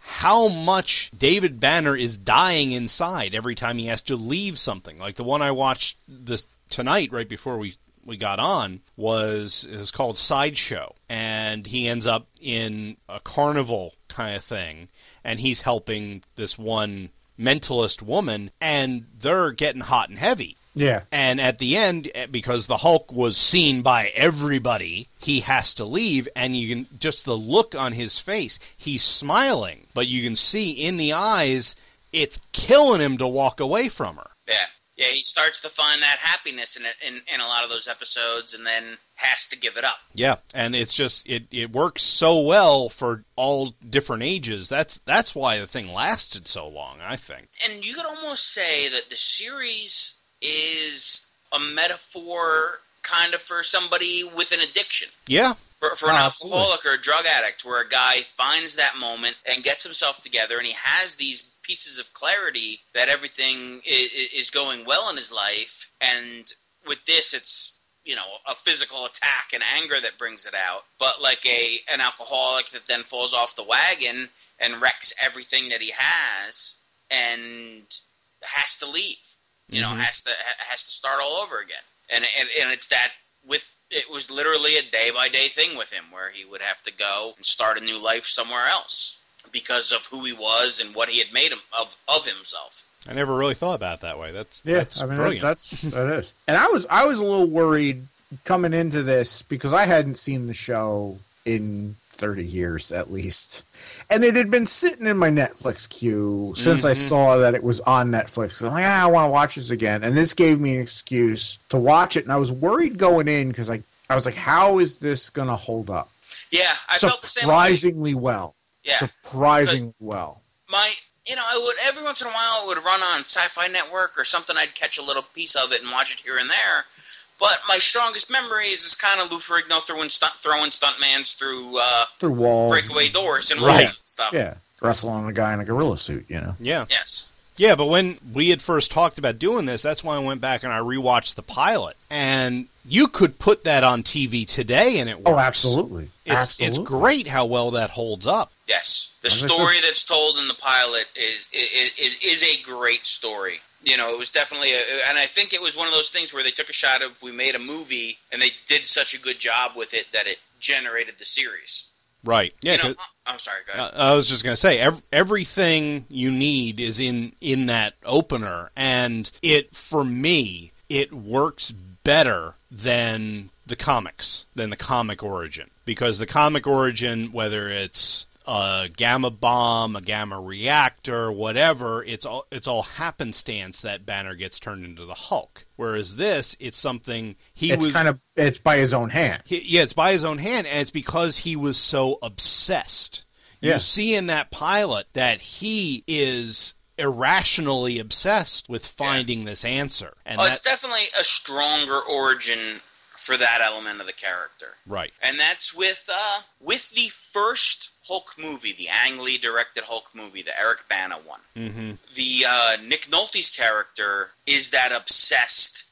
[SPEAKER 1] how much David Banner is dying inside every time he has to leave something. Like the one I watched this tonight, right before we we got on, was it was called Sideshow, and he ends up in a carnival kind of thing, and he's helping this one mentalist woman, and they're getting hot and heavy.
[SPEAKER 3] Yeah.
[SPEAKER 1] And at the end, eh, because the Hulk was seen by everybody, he has to leave. And you can just the look on his face, he's smiling, but you can see in the eyes, it's killing him to walk away from her.
[SPEAKER 4] Yeah. Yeah, he starts to find that happiness in, it, in in a lot of those episodes and then has to give it up.
[SPEAKER 1] Yeah, and it's just it, it works so well for all different ages. That's that's why the thing lasted so long, I think.
[SPEAKER 4] And you could almost say that the series is a metaphor kind of for somebody with an addiction.
[SPEAKER 1] Yeah,
[SPEAKER 4] For, for an
[SPEAKER 3] Oh, absolutely.
[SPEAKER 4] alcoholic or a drug addict, where a guy finds that moment and gets himself together and he has these pieces of clarity that everything is, is going well in his life. And with this, it's, you know, a physical attack and anger that brings it out. But like a an alcoholic that then falls off the wagon and wrecks everything that he has and has to leave you know,
[SPEAKER 1] Mhm.
[SPEAKER 4] has to ha- has to start all over again. And and, and it's that with it was literally a day by day thing with him where he would have to go and start a new life somewhere else because of who he was and what he had made him of of himself.
[SPEAKER 1] I never really thought about it that way. That's
[SPEAKER 3] Yeah,
[SPEAKER 1] that's
[SPEAKER 3] I mean
[SPEAKER 1] brilliant.
[SPEAKER 3] That, that's that is. And I was I was a little worried coming into this because I hadn't seen the show in 30 years at least. And it had been sitting in my Netflix queue since
[SPEAKER 4] Mm-hmm.
[SPEAKER 3] I saw that it was on Netflix. I'm like, ah, I want to watch this again. And this gave me an excuse to watch it. And I was worried going in because I, I was like, how is this going to hold up?
[SPEAKER 4] Yeah, I felt the same. way.
[SPEAKER 3] Surprisingly well.
[SPEAKER 4] Yeah.
[SPEAKER 3] Surprisingly well.
[SPEAKER 4] my you know, I would every once in a while it would run on Sci-Fi Network or something. I'd catch a little piece of it and watch it here and there. But my strongest memories is kind of Lou Ferrigno throwing stunt throwing stuntmans through uh,
[SPEAKER 3] Through walls.
[SPEAKER 4] breakaway doors and
[SPEAKER 1] Right.
[SPEAKER 4] walls and stuff.
[SPEAKER 3] Yeah. Wrestle on a guy in a gorilla suit, you know?
[SPEAKER 1] yeah.
[SPEAKER 4] Yes.
[SPEAKER 1] Yeah, but when we had first talked about doing this, that's why I went back and I rewatched the pilot. And you could put that on TV today and it works.
[SPEAKER 3] Oh, absolutely.
[SPEAKER 1] It's,
[SPEAKER 3] absolutely.
[SPEAKER 1] it's great how well that holds up.
[SPEAKER 4] Yes, the
[SPEAKER 3] As I
[SPEAKER 4] story that's told in the pilot is is, is is a great story. You know, it was definitely, a, and I think it was one of those things where they took a shot of we made a movie and they did such a good job with it that it generated the series.
[SPEAKER 1] Right. Yeah,
[SPEAKER 4] you know,
[SPEAKER 1] 'cause-
[SPEAKER 4] I- I'm sorry, go ahead.
[SPEAKER 1] I I was just going to say ev- everything you need is in in that opener and it for me it works better than the comics than the comic origin because the comic origin whether it's a gamma bomb, a gamma reactor, whatever, it's all it's all happenstance that Banner gets turned into the Hulk. Whereas this, it's something he
[SPEAKER 3] it's
[SPEAKER 1] was
[SPEAKER 3] kind of it's by his own hand.
[SPEAKER 1] he- yeah, it's by his own hand, and it's because he was so obsessed.
[SPEAKER 3] Yeah.
[SPEAKER 1] You see in that pilot that he is irrationally obsessed with finding this answer. And
[SPEAKER 4] Well,
[SPEAKER 1] that-
[SPEAKER 4] Oh, it's definitely a stronger origin for that element of the character.
[SPEAKER 1] right.
[SPEAKER 4] And that's with uh, with the first Hulk movie, the Ang Lee directed Hulk movie, the Eric Bana one.
[SPEAKER 3] Mm-hmm.
[SPEAKER 1] hmm
[SPEAKER 4] The uh, Nick Nolte's character is that obsessed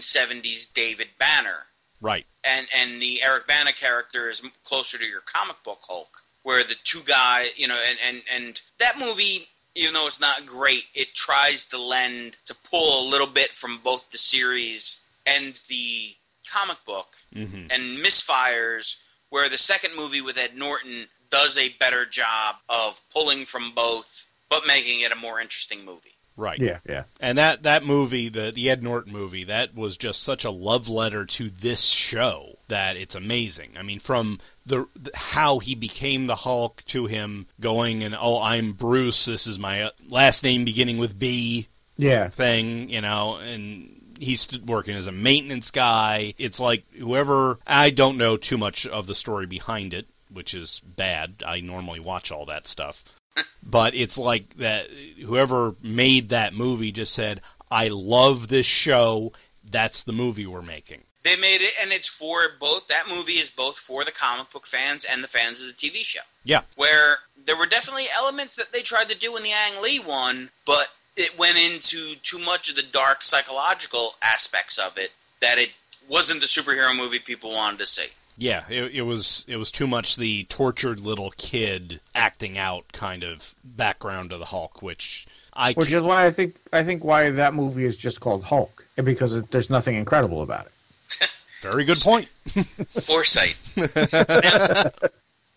[SPEAKER 4] 1970s David Banner,
[SPEAKER 1] Right.
[SPEAKER 4] and and the Eric Bana character is m- closer to your comic book Hulk, where the two guy, you know, and and and that movie. Even though it's not great, it tries to lend to pull a little bit from both the series and the comic book,
[SPEAKER 1] hmm
[SPEAKER 4] and misfires where the second movie with Ed Norton does a better job of pulling from both but making it a more interesting movie.
[SPEAKER 1] Right.
[SPEAKER 3] Yeah, yeah.
[SPEAKER 1] And that that movie, the the Ed Norton movie, that was just such a love letter to this show that it's amazing. I mean, from the, the how he became the Hulk to him going and oh, I'm Bruce. This is my uh, last name beginning with B
[SPEAKER 3] Yeah.
[SPEAKER 1] thing, you know, and he's st- working as a maintenance guy. It's like whoever I don't know too much of the story behind it, which is bad. I normally watch all that stuff. but it's like that whoever made that movie just said, "I love this show. That's the movie we're making."
[SPEAKER 4] They made it, and it's for both. That movie is both for the comic book fans and the fans of the TV show.
[SPEAKER 1] Yeah.
[SPEAKER 4] Where there were definitely elements that they tried to do in the Ang Lee one, but it went into too much of the dark psychological aspects of it that it wasn't the superhero movie people wanted to see.
[SPEAKER 1] Yeah, it, it was it was too much the tortured little kid acting out kind of background of the Hulk, which I
[SPEAKER 3] Which is why I think I think why that movie is just called Hulk because it, there's nothing incredible about it.
[SPEAKER 1] very good point.
[SPEAKER 4] foresight. Now,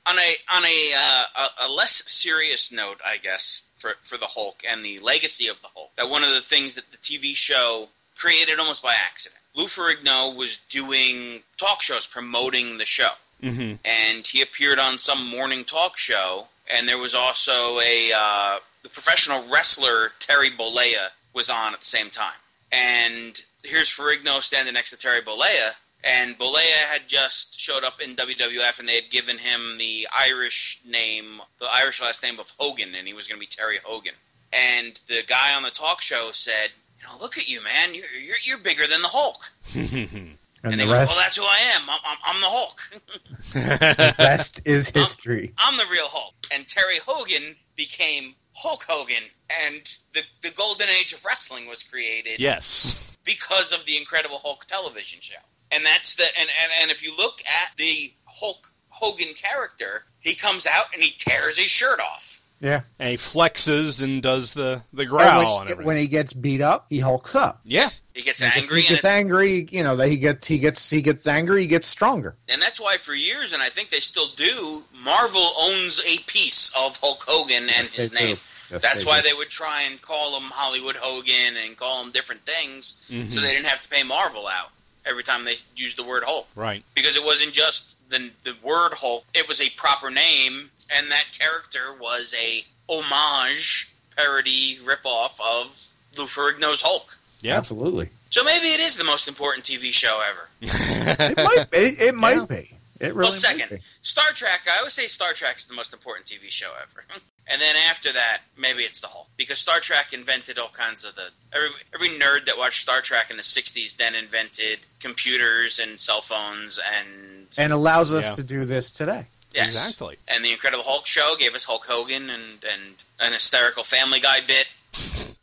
[SPEAKER 4] on a on a, uh, a a less serious note, I guess for for the Hulk and the legacy of the Hulk, that one of the things that the TV show created almost by accident. Lou Ferrigno was doing talk shows promoting the show,
[SPEAKER 1] hmm
[SPEAKER 4] and he appeared on some morning talk show. And there was also a uh, the professional wrestler Terry Bollea was on at the same time. And here's Ferrigno standing next to Terry Bollea, and Bollea had just showed up in WWF, and they had given him the Irish name, the Irish last name of Hogan, and he was going to be Terry Hogan. And the guy on the talk show said, "You know, look at you, man. You're you're, you're bigger than the Hulk."
[SPEAKER 3] And,
[SPEAKER 4] And,
[SPEAKER 3] the
[SPEAKER 4] he
[SPEAKER 3] rest,
[SPEAKER 4] goes, "Well, that's who I am. I'm, I'm, I'm the Hulk."
[SPEAKER 3] rest is history.
[SPEAKER 4] I'm the real Hulk. And Terry Hogan became Hulk Hogan. And the, the golden age of wrestling was created
[SPEAKER 1] Yes.
[SPEAKER 4] because of the Incredible Hulk television show. And that's the and, and, and if you look at the Hulk Hogan character, he comes out and he tears his shirt off.
[SPEAKER 3] Yeah.
[SPEAKER 1] and he flexes and does the the
[SPEAKER 3] And
[SPEAKER 1] growl
[SPEAKER 3] when,
[SPEAKER 1] and
[SPEAKER 3] he,
[SPEAKER 1] everything.
[SPEAKER 3] when he gets beat up, he hulks up.
[SPEAKER 1] yeah,
[SPEAKER 4] He gets
[SPEAKER 3] He gets-
[SPEAKER 4] angry
[SPEAKER 3] he
[SPEAKER 4] and,
[SPEAKER 3] gets
[SPEAKER 4] it's-
[SPEAKER 3] angry. You know that he gets he gets he gets angry. He gets stronger.
[SPEAKER 4] and that's why for years and I think they still do, Marvel owns a piece of Hulk Hogan and
[SPEAKER 3] Yes,
[SPEAKER 4] his
[SPEAKER 3] they do.
[SPEAKER 4] name.
[SPEAKER 3] Yes,
[SPEAKER 4] That's why
[SPEAKER 3] do.
[SPEAKER 4] they would try and call him Hollywood Hogan and call him different things,
[SPEAKER 3] Mm-hmm.
[SPEAKER 1] Mhm.
[SPEAKER 4] so they didn't have to pay Marvel out every time they used the word Hulk,
[SPEAKER 1] right.
[SPEAKER 4] because it wasn't just the the word Hulk; it was a proper name, and that character was a homage, parody, ripoff of Lou Ferrigno's Hulk.
[SPEAKER 1] Yeah,
[SPEAKER 3] absolutely.
[SPEAKER 4] So maybe it is the most important TV show ever.
[SPEAKER 3] It might be. It, it might
[SPEAKER 1] Yeah.
[SPEAKER 3] be. It really.
[SPEAKER 4] well,
[SPEAKER 3] might
[SPEAKER 4] second,
[SPEAKER 3] be.
[SPEAKER 4] Star Trek. I always say Star Trek is the most important TV show ever. And then after that, maybe it's the Hulk because Star Trek invented all kinds of the every every nerd that watched Star Trek in the '60s then invented computers and cell phones and
[SPEAKER 3] and allows us
[SPEAKER 1] Yeah.
[SPEAKER 3] to do this today.
[SPEAKER 4] yes,
[SPEAKER 1] exactly.
[SPEAKER 4] and the Incredible Hulk show gave us Hulk Hogan and and an hysterical Family Guy bit.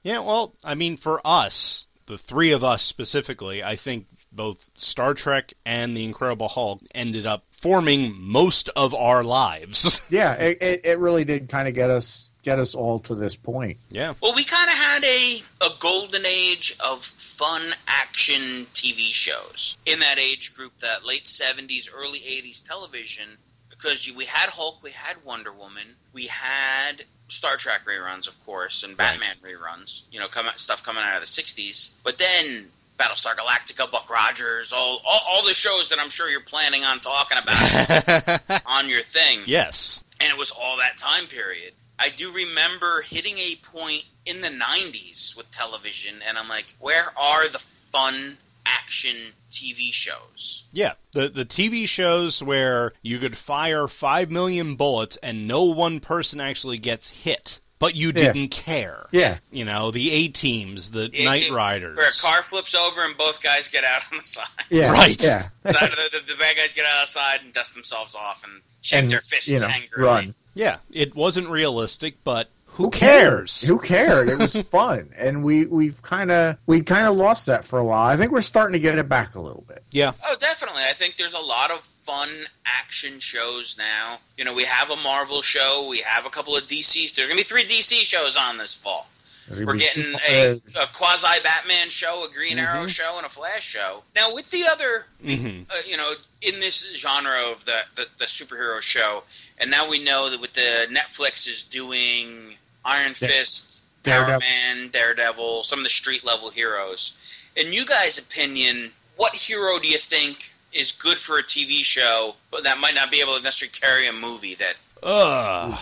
[SPEAKER 1] Yeah, well, I mean, for us, the three of us specifically, I think both Star Trek and The Incredible Hulk ended up forming most of our lives.
[SPEAKER 3] Yeah, it, it, it really did kind of get us get us all to this point.
[SPEAKER 1] yeah,
[SPEAKER 4] Well, we kind of had a a golden age of fun action TV shows in that age group, that late seventies, early eighties television, because you, we had Hulk, we had Wonder Woman, we had Star Trek reruns, of course, and Batman reruns. You know, come, stuff coming out of the sixties, but then. Battlestar Galactica, Buck Rogers, all, all all the shows that I'm sure you're planning on talking about on your thing
[SPEAKER 1] yes,
[SPEAKER 4] and it was all that time period. I do remember hitting a point in the 90s with television, and I'm like, where are the fun action TV shows?
[SPEAKER 1] yeah. The the TV shows where you could fire five million bullets and no one person actually gets hit. but you
[SPEAKER 3] Yeah.
[SPEAKER 1] didn't care.
[SPEAKER 3] Yeah.
[SPEAKER 1] You know, the A teams, the
[SPEAKER 4] It-
[SPEAKER 1] Night
[SPEAKER 4] it-
[SPEAKER 1] Riders.
[SPEAKER 4] Where a car flips over and both guys get out on the side.
[SPEAKER 3] Yeah.
[SPEAKER 1] Right.
[SPEAKER 3] Yeah.
[SPEAKER 4] the, the, the bad guys get out on the side and dust themselves off and shake their fists
[SPEAKER 3] you know,
[SPEAKER 4] angrily.
[SPEAKER 3] run.
[SPEAKER 1] Yeah, it wasn't realistic, but who,
[SPEAKER 3] Who cares? Who cared? It was fun, and we we've kind of we kind of lost that for a while. I think we're starting to get it back a little bit.
[SPEAKER 1] Yeah,
[SPEAKER 4] Oh, definitely. I think there's a lot of fun action shows now. You know, we have a Marvel show, we have a couple of DCs. There's going to be three DC shows on this fall. We're getting a, a quasi Batman show, a Green
[SPEAKER 3] Mm-hmm.
[SPEAKER 4] Arrow show, and a Flash show. Now, with the other,
[SPEAKER 1] Mhm.
[SPEAKER 4] uh, you know, in this genre of the, the, the superhero show, and now we know that with the Netflix is doing Iron
[SPEAKER 3] Yeah.
[SPEAKER 4] Fist, Power
[SPEAKER 3] Daredevil.
[SPEAKER 4] Man, Daredevil, some of the street level heroes. In you guys' opinion, what hero do you think is good for a TV show, but that might not be able to necessarily carry a movie that
[SPEAKER 1] Ugh.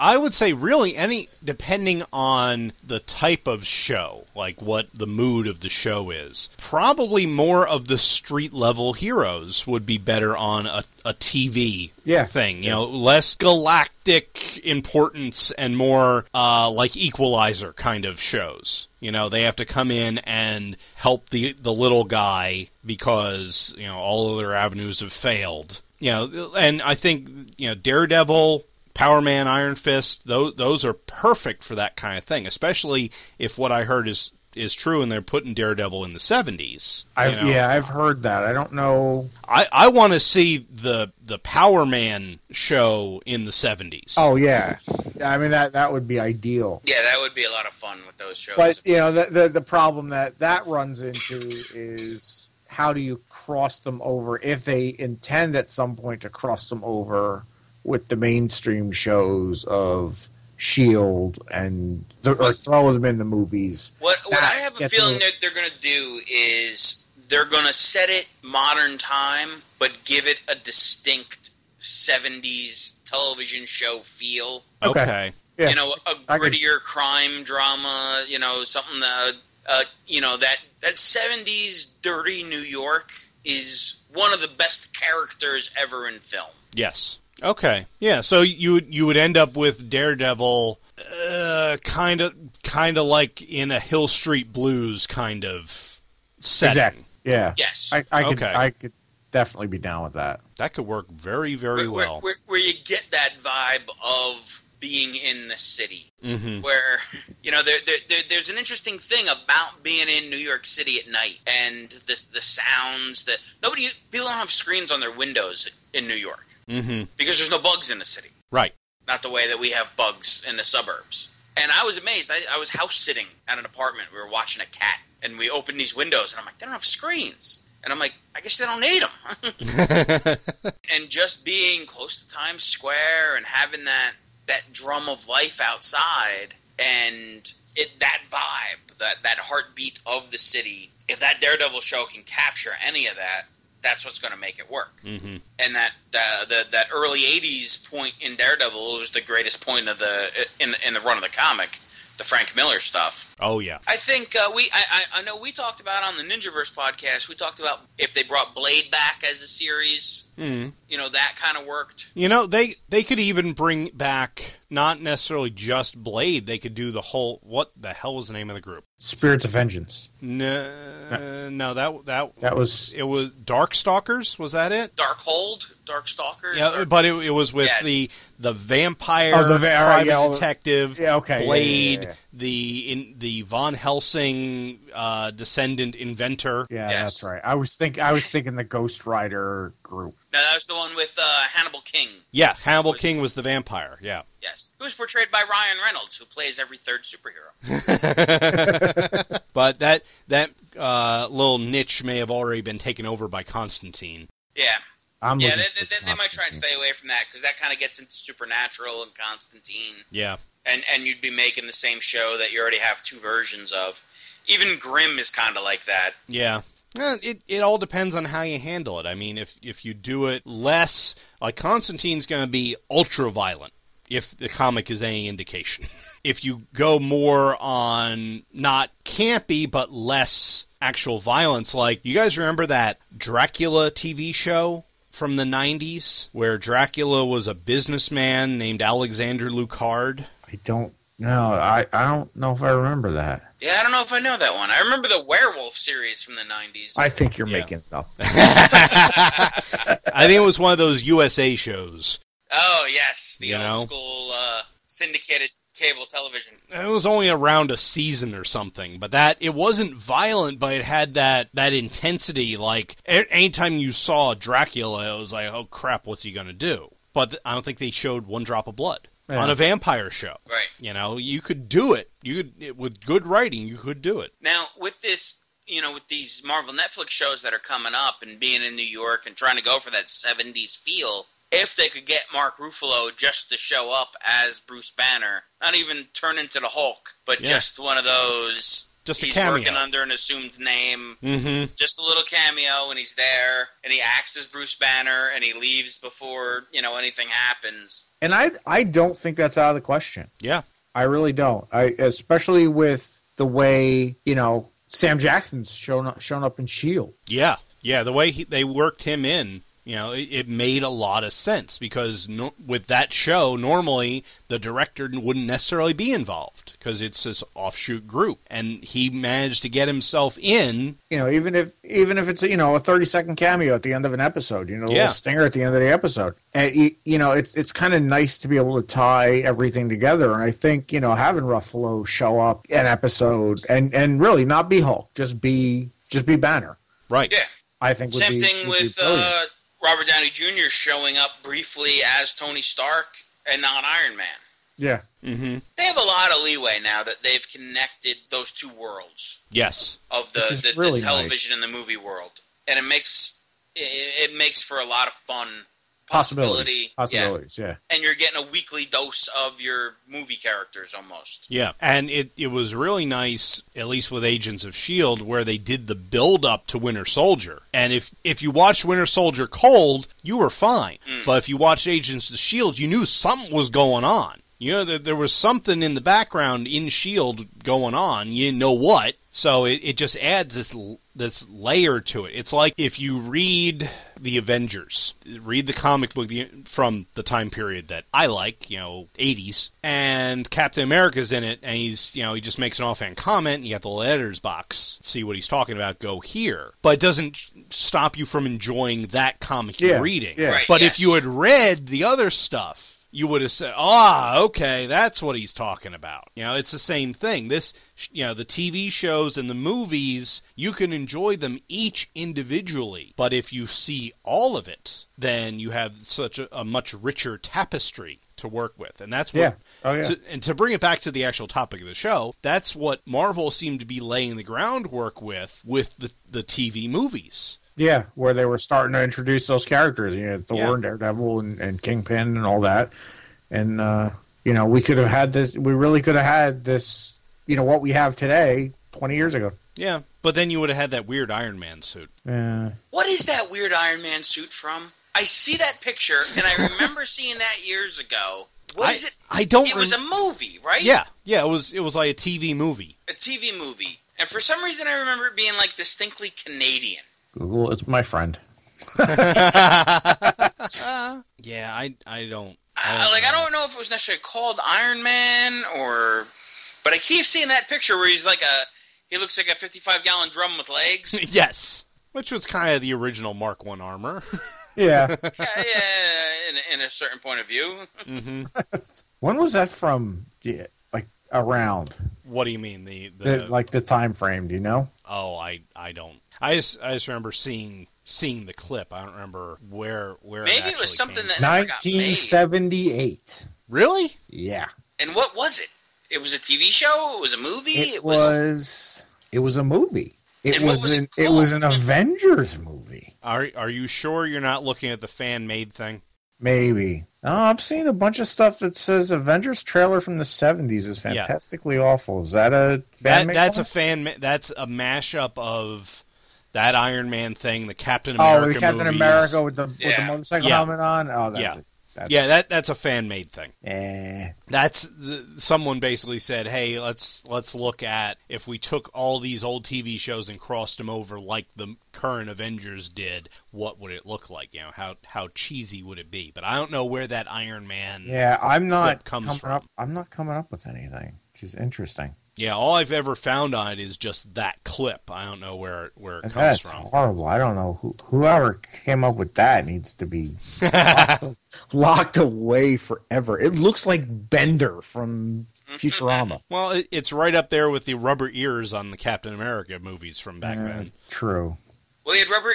[SPEAKER 1] I would say really any depending on the type of show, like what the mood of the show is. Probably more of the street level heroes would be better on a, a TV
[SPEAKER 3] Yeah.
[SPEAKER 1] thing. You know, less galactic importance and more uh, like equalizer kind of shows. You know, they have to come in and help the the little guy because you know all other avenues have failed. You know, and I think you know Daredevil. Power Man, Iron Fist, those those are perfect for that kind of thing, especially if what I heard is is true, and they're putting Daredevil in the seventies.
[SPEAKER 3] I've, Yeah, I've heard that. I don't know.
[SPEAKER 1] I, I want to see the the Power Man show in the seventies.
[SPEAKER 3] Oh yeah, I mean that that would be ideal.
[SPEAKER 4] yeah, that would be a lot of fun with those shows.
[SPEAKER 3] But you know the, the the problem that that runs into is how do you cross them over if they intend at some point to cross them over with the mainstream shows of Shield E and the, or throw them in the movies.
[SPEAKER 4] What, what
[SPEAKER 3] That
[SPEAKER 4] I have a
[SPEAKER 3] gets
[SPEAKER 4] feeling
[SPEAKER 3] a-
[SPEAKER 4] that they're going to do is they're going to set it modern time, but give it a distinct 70s television show feel.
[SPEAKER 1] okay.
[SPEAKER 3] okay. Yeah.
[SPEAKER 4] You know, a
[SPEAKER 3] I could-
[SPEAKER 4] grittier crime drama, you know, something that, uh, you know, that, that 70s dirty New York is one of the best characters ever in film.
[SPEAKER 1] Yes. Okay. Yeah. So you would- you would end up with Daredevil, kind of kind of like in a Hill Street Blues kind of setting.
[SPEAKER 3] Exactly. Yeah.
[SPEAKER 4] Yes.
[SPEAKER 3] I, I could
[SPEAKER 1] Okay.
[SPEAKER 3] I could definitely be down with that.
[SPEAKER 1] That could work very very
[SPEAKER 4] where, where-
[SPEAKER 1] well.
[SPEAKER 4] where- where you get that vibe of being in the city.
[SPEAKER 1] hmm
[SPEAKER 4] Mm-hmm. where you know there, there, there, there's an interesting thing about being in New York City at night and the the sounds that nobody people don't have screens on their windows in New York
[SPEAKER 1] hmm
[SPEAKER 4] because there's no bugs in the city,
[SPEAKER 1] Right.
[SPEAKER 4] not the way that we have bugs in the suburbs. And I was amazed. I, I was house sitting at an apartment. We were watching a cat, and we opened these windows, and I'm like, they don't have screens. And I'm like, I guess they don't need them. and just being close to Times Square and having that that drum of life outside and it that vibe, that that heartbeat of the city. If that Daredevil show can capture any of that, that's what's going to make it work.
[SPEAKER 1] hmm
[SPEAKER 4] And that uh, the that early '80s point in Daredevil was the greatest point of the in in the run of the comic, the Frank Miller stuff.
[SPEAKER 1] Oh yeah.
[SPEAKER 4] I think uh, we. I, I, I know we talked about on the Ninjaverse podcast. We talked about if they brought Blade back as a series,
[SPEAKER 1] Mm.
[SPEAKER 4] you know that kind of worked.
[SPEAKER 1] You know, they they could even bring back not necessarily just Blade. They could do the whole what the hell was the name of the group?
[SPEAKER 3] Spirits of Vengeance.
[SPEAKER 1] No, no, that that
[SPEAKER 3] That was
[SPEAKER 1] it was Darkstalkers. Was that it?
[SPEAKER 4] Darkhold, Darkstalkers.
[SPEAKER 1] Yeah,
[SPEAKER 4] Dark-
[SPEAKER 1] but it, it was with
[SPEAKER 4] Yeah.
[SPEAKER 1] the the vampire,
[SPEAKER 3] Oh, the va- all right,
[SPEAKER 1] private
[SPEAKER 3] yeah, all the-
[SPEAKER 1] detective,
[SPEAKER 3] Yeah, okay, yeah, yeah,
[SPEAKER 1] Blade,
[SPEAKER 3] yeah, yeah.
[SPEAKER 1] the in the Von Helsing uh, descendant inventor.
[SPEAKER 3] Yeah,
[SPEAKER 4] Yes.
[SPEAKER 3] that's right. I was think I was thinking the Ghost Rider group.
[SPEAKER 4] no, that was the one with uh, Hannibal King.
[SPEAKER 1] Yeah, Hannibal
[SPEAKER 4] Was-
[SPEAKER 1] King was the vampire. Yeah,
[SPEAKER 4] Yes, who was portrayed by Ryan Reynolds, who plays every third superhero.
[SPEAKER 1] but that that uh, little niche may have already been taken over by Constantine.
[SPEAKER 4] Yeah,
[SPEAKER 3] I'm
[SPEAKER 4] yeah. They,
[SPEAKER 3] looking
[SPEAKER 4] they,
[SPEAKER 3] for
[SPEAKER 4] they, they might try and
[SPEAKER 3] Constantine.
[SPEAKER 4] stay away from that because that kind of gets into Supernatural and Constantine,
[SPEAKER 1] Yeah,
[SPEAKER 4] and and you'd be making the same show that you already have two versions of. Even Grimm is kind of like that.
[SPEAKER 1] Yeah. Eh, It, it all depends on how you handle it. I mean, if if you do it less, like Constantine's going to be ultra violent, if the comic is any indication. if you go more on not campy but less actual violence, like you guys remember that Dracula TV show from the '90s, where Dracula was a businessman named Alexander Lucard.
[SPEAKER 3] I don't No, I, I don't know if I remember that.
[SPEAKER 4] Yeah, I don't know if I know that one. I remember the werewolf series from the '90s.
[SPEAKER 3] I think you're
[SPEAKER 1] Yeah.
[SPEAKER 3] making it up.
[SPEAKER 1] I think it was one of those USA shows.
[SPEAKER 4] oh yes, the
[SPEAKER 1] You
[SPEAKER 4] old
[SPEAKER 1] know?
[SPEAKER 4] school uh, syndicated cable television.
[SPEAKER 1] It was only around a season or something, but that it wasn't violent, but it had that that intensity. Like a- anytime you saw Dracula, it was like, oh crap, what's he gonna do? But th- I don't think they showed one drop of blood
[SPEAKER 3] Yeah.
[SPEAKER 1] on a vampire show.
[SPEAKER 4] Right
[SPEAKER 1] You know, you could do it. You could it- with good writing, you could do it.
[SPEAKER 4] now, with this, you know, with these Marvel Netflix shows that are coming up, and being in New York and trying to go for that '70s feel. If they could get Mark Ruffalo just to show up as Bruce Banner, not even turn into the Hulk, but
[SPEAKER 1] Yeah.
[SPEAKER 4] just one of those.
[SPEAKER 1] Just a
[SPEAKER 4] he's
[SPEAKER 1] cameo.
[SPEAKER 4] working under an assumed name.
[SPEAKER 1] Mm-hmm.
[SPEAKER 4] just a little cameo and he's there and he acts as Bruce Banner and he leaves before, you know, anything happens.
[SPEAKER 3] And I I don't think that's out of the question.
[SPEAKER 1] Yeah.
[SPEAKER 3] I really don't. I especially with the way you know Sam Jackson's shown up, shown up in Shield.
[SPEAKER 1] Yeah, yeah. The way he, they worked him in, you know, it, it made a lot of sense because no, with that show, normally the director wouldn't necessarily be involved because it's this offshoot group, and he managed to get himself in.
[SPEAKER 3] You know, even if even if it's you know a thirty second cameo at the end of an episode, you know, a
[SPEAKER 1] Yeah.
[SPEAKER 3] little stinger at the end of the episode, and you, you know, it's it's kind of nice to be able to tie everything together. And I think you know having Ruffalo show up an episode and and really not be Hulk, just be just be Banner.
[SPEAKER 1] Right.
[SPEAKER 4] Yeah.
[SPEAKER 3] I think would
[SPEAKER 4] Same
[SPEAKER 3] be-
[SPEAKER 4] thing
[SPEAKER 3] would be
[SPEAKER 4] with
[SPEAKER 3] brilliant.
[SPEAKER 4] uh, Robert Downey Jr. showing up briefly as Tony Stark and not Iron Man.
[SPEAKER 3] yeah.
[SPEAKER 1] Mm-hmm.
[SPEAKER 4] They have a lot of leeway now that they've connected those two worlds
[SPEAKER 1] Yes.
[SPEAKER 4] of the,
[SPEAKER 3] Which is
[SPEAKER 4] the, the
[SPEAKER 3] really
[SPEAKER 4] television
[SPEAKER 3] nice.
[SPEAKER 4] and the movie world. And it makes it, it makes for a lot of fun
[SPEAKER 3] Possibilities,
[SPEAKER 4] possibility. Yeah.
[SPEAKER 3] possibilities, yeah.
[SPEAKER 4] And you're getting a weekly dose of your movie characters almost.
[SPEAKER 1] Yeah, and it, it was really nice, at least with Agents of Shield, E where they did the build up to Winter Soldier. And if if you watched Winter Soldier cold, you were fine. But if you watched Agents of Shield, E you knew something was going on. You know, there, there was something in the background in Shield E going on. You didn't know what, so it, it just adds this l- this layer to it. It's like if you read the Avengers, read the comic book the- from the time period that I like, you know, 80s, and Captain America's in it, and he's, you know, he just makes an offhand comment, and you got the letters box, see what he's talking about, go here. But it doesn't stop you from enjoying that comic
[SPEAKER 3] Yeah,
[SPEAKER 1] you're reading.
[SPEAKER 3] yeah.
[SPEAKER 4] Right,
[SPEAKER 1] But
[SPEAKER 4] yes.
[SPEAKER 1] if you had read the other stuff, you would have said, "Ah, okay, that's what he's talking about." You know, it's the same thing. This, you know, the TV shows and the movies, you can enjoy them each individually, but if you see all of it, then you have such a, a much richer tapestry to work with, and that's what.
[SPEAKER 3] Yeah. Oh, yeah.
[SPEAKER 1] to- and to bring it back to the actual topic of the show, that's what Marvel seemed to be laying the groundwork with with the the TV movies.
[SPEAKER 3] Yeah, where they were starting to introduce those characters, you know, Thor
[SPEAKER 1] Yeah.
[SPEAKER 3] and Daredevil and, and Kingpin and all that. And uh, you know, we could have had this we really could have had this you know, what we have today twenty years ago.
[SPEAKER 1] Yeah, but then you would have had that weird Iron Man suit.
[SPEAKER 3] Yeah.
[SPEAKER 4] What is that weird Iron Man suit from? I see that picture, and I remember seeing that years ago. What
[SPEAKER 1] I,
[SPEAKER 4] is it?
[SPEAKER 1] I don't.
[SPEAKER 4] It was a
[SPEAKER 1] rem-
[SPEAKER 4] movie, right?
[SPEAKER 1] yeah, yeah. It was it was like a TV movie.
[SPEAKER 4] A TV movie. And for some reason, I remember it being like distinctly Canadian.
[SPEAKER 3] Google is my friend.
[SPEAKER 1] Yeah, I I don't.
[SPEAKER 4] I, like, I don't know if it was necessarily called Iron Man or. But I keep seeing that picture where he's like a. He looks like a 55 gallon drum with legs. yeah,
[SPEAKER 1] Yes, which was kind of the original Mark One armor.
[SPEAKER 3] Yeah.
[SPEAKER 4] yeah, in, in a certain point of view.
[SPEAKER 1] hmm
[SPEAKER 3] when was that from? Yeah, like around
[SPEAKER 1] What do you mean the, the,
[SPEAKER 3] the, like the time frame, do you know?
[SPEAKER 1] Oh, I I don't. I just I just remember seeing seeing the clip. I don't remember where where.
[SPEAKER 4] Maybe it
[SPEAKER 1] actually
[SPEAKER 4] was something
[SPEAKER 1] came.
[SPEAKER 4] that never got
[SPEAKER 3] Nineteen
[SPEAKER 4] made.
[SPEAKER 3] seventy eight.
[SPEAKER 1] Really?
[SPEAKER 3] Yeah.
[SPEAKER 4] And what was it? It was a TV show? It was a movie?
[SPEAKER 3] It, was it was a movie. It
[SPEAKER 4] And what
[SPEAKER 3] was,
[SPEAKER 4] was it
[SPEAKER 3] an it was an
[SPEAKER 4] called?
[SPEAKER 3] Avengers movie.
[SPEAKER 1] Are are you sure you're not looking at the fan made thing?
[SPEAKER 3] Maybe. Oh, I'm seeing a bunch of stuff that says Avengers trailer from the 70s is
[SPEAKER 1] Yeah.
[SPEAKER 3] fantastically awful. Is that a
[SPEAKER 1] That,
[SPEAKER 3] fan made
[SPEAKER 1] that's
[SPEAKER 3] one?
[SPEAKER 1] a fan. ma- That's a mashup of that Iron Man thing, the Captain
[SPEAKER 3] Oh,
[SPEAKER 1] America.
[SPEAKER 3] the Captain
[SPEAKER 1] movies.
[SPEAKER 3] America with the with the
[SPEAKER 4] Yeah.
[SPEAKER 3] motorcycle
[SPEAKER 1] Yeah.
[SPEAKER 3] helmet on. Oh, that's
[SPEAKER 1] Yeah.
[SPEAKER 3] it. That's,
[SPEAKER 1] yeah, that that's a fan made thing.
[SPEAKER 3] eh.
[SPEAKER 1] That's the, someone basically said, "Hey, let's let's look at if we took all these old TV shows and crossed them over like the current Avengers did, what would it look like? You know, how how cheesy would it be?" But I don't know where that Iron Man.
[SPEAKER 3] Yeah, I'm not
[SPEAKER 1] comes
[SPEAKER 3] coming
[SPEAKER 1] from.
[SPEAKER 3] up. I'm not coming up with anything, which is interesting.
[SPEAKER 1] Yeah, all I've ever found on it is just that clip. I don't know where where it
[SPEAKER 3] And
[SPEAKER 1] comes
[SPEAKER 3] that's
[SPEAKER 1] from.
[SPEAKER 3] horrible. I don't know who whoever came up with that needs to be locked, locked away forever. It looks like Bender from Futurama.
[SPEAKER 1] Well, it, it's right up there with the rubber ears on the Captain America movies from back
[SPEAKER 3] Uh,
[SPEAKER 1] then.
[SPEAKER 3] true.
[SPEAKER 4] Well, he had rubber.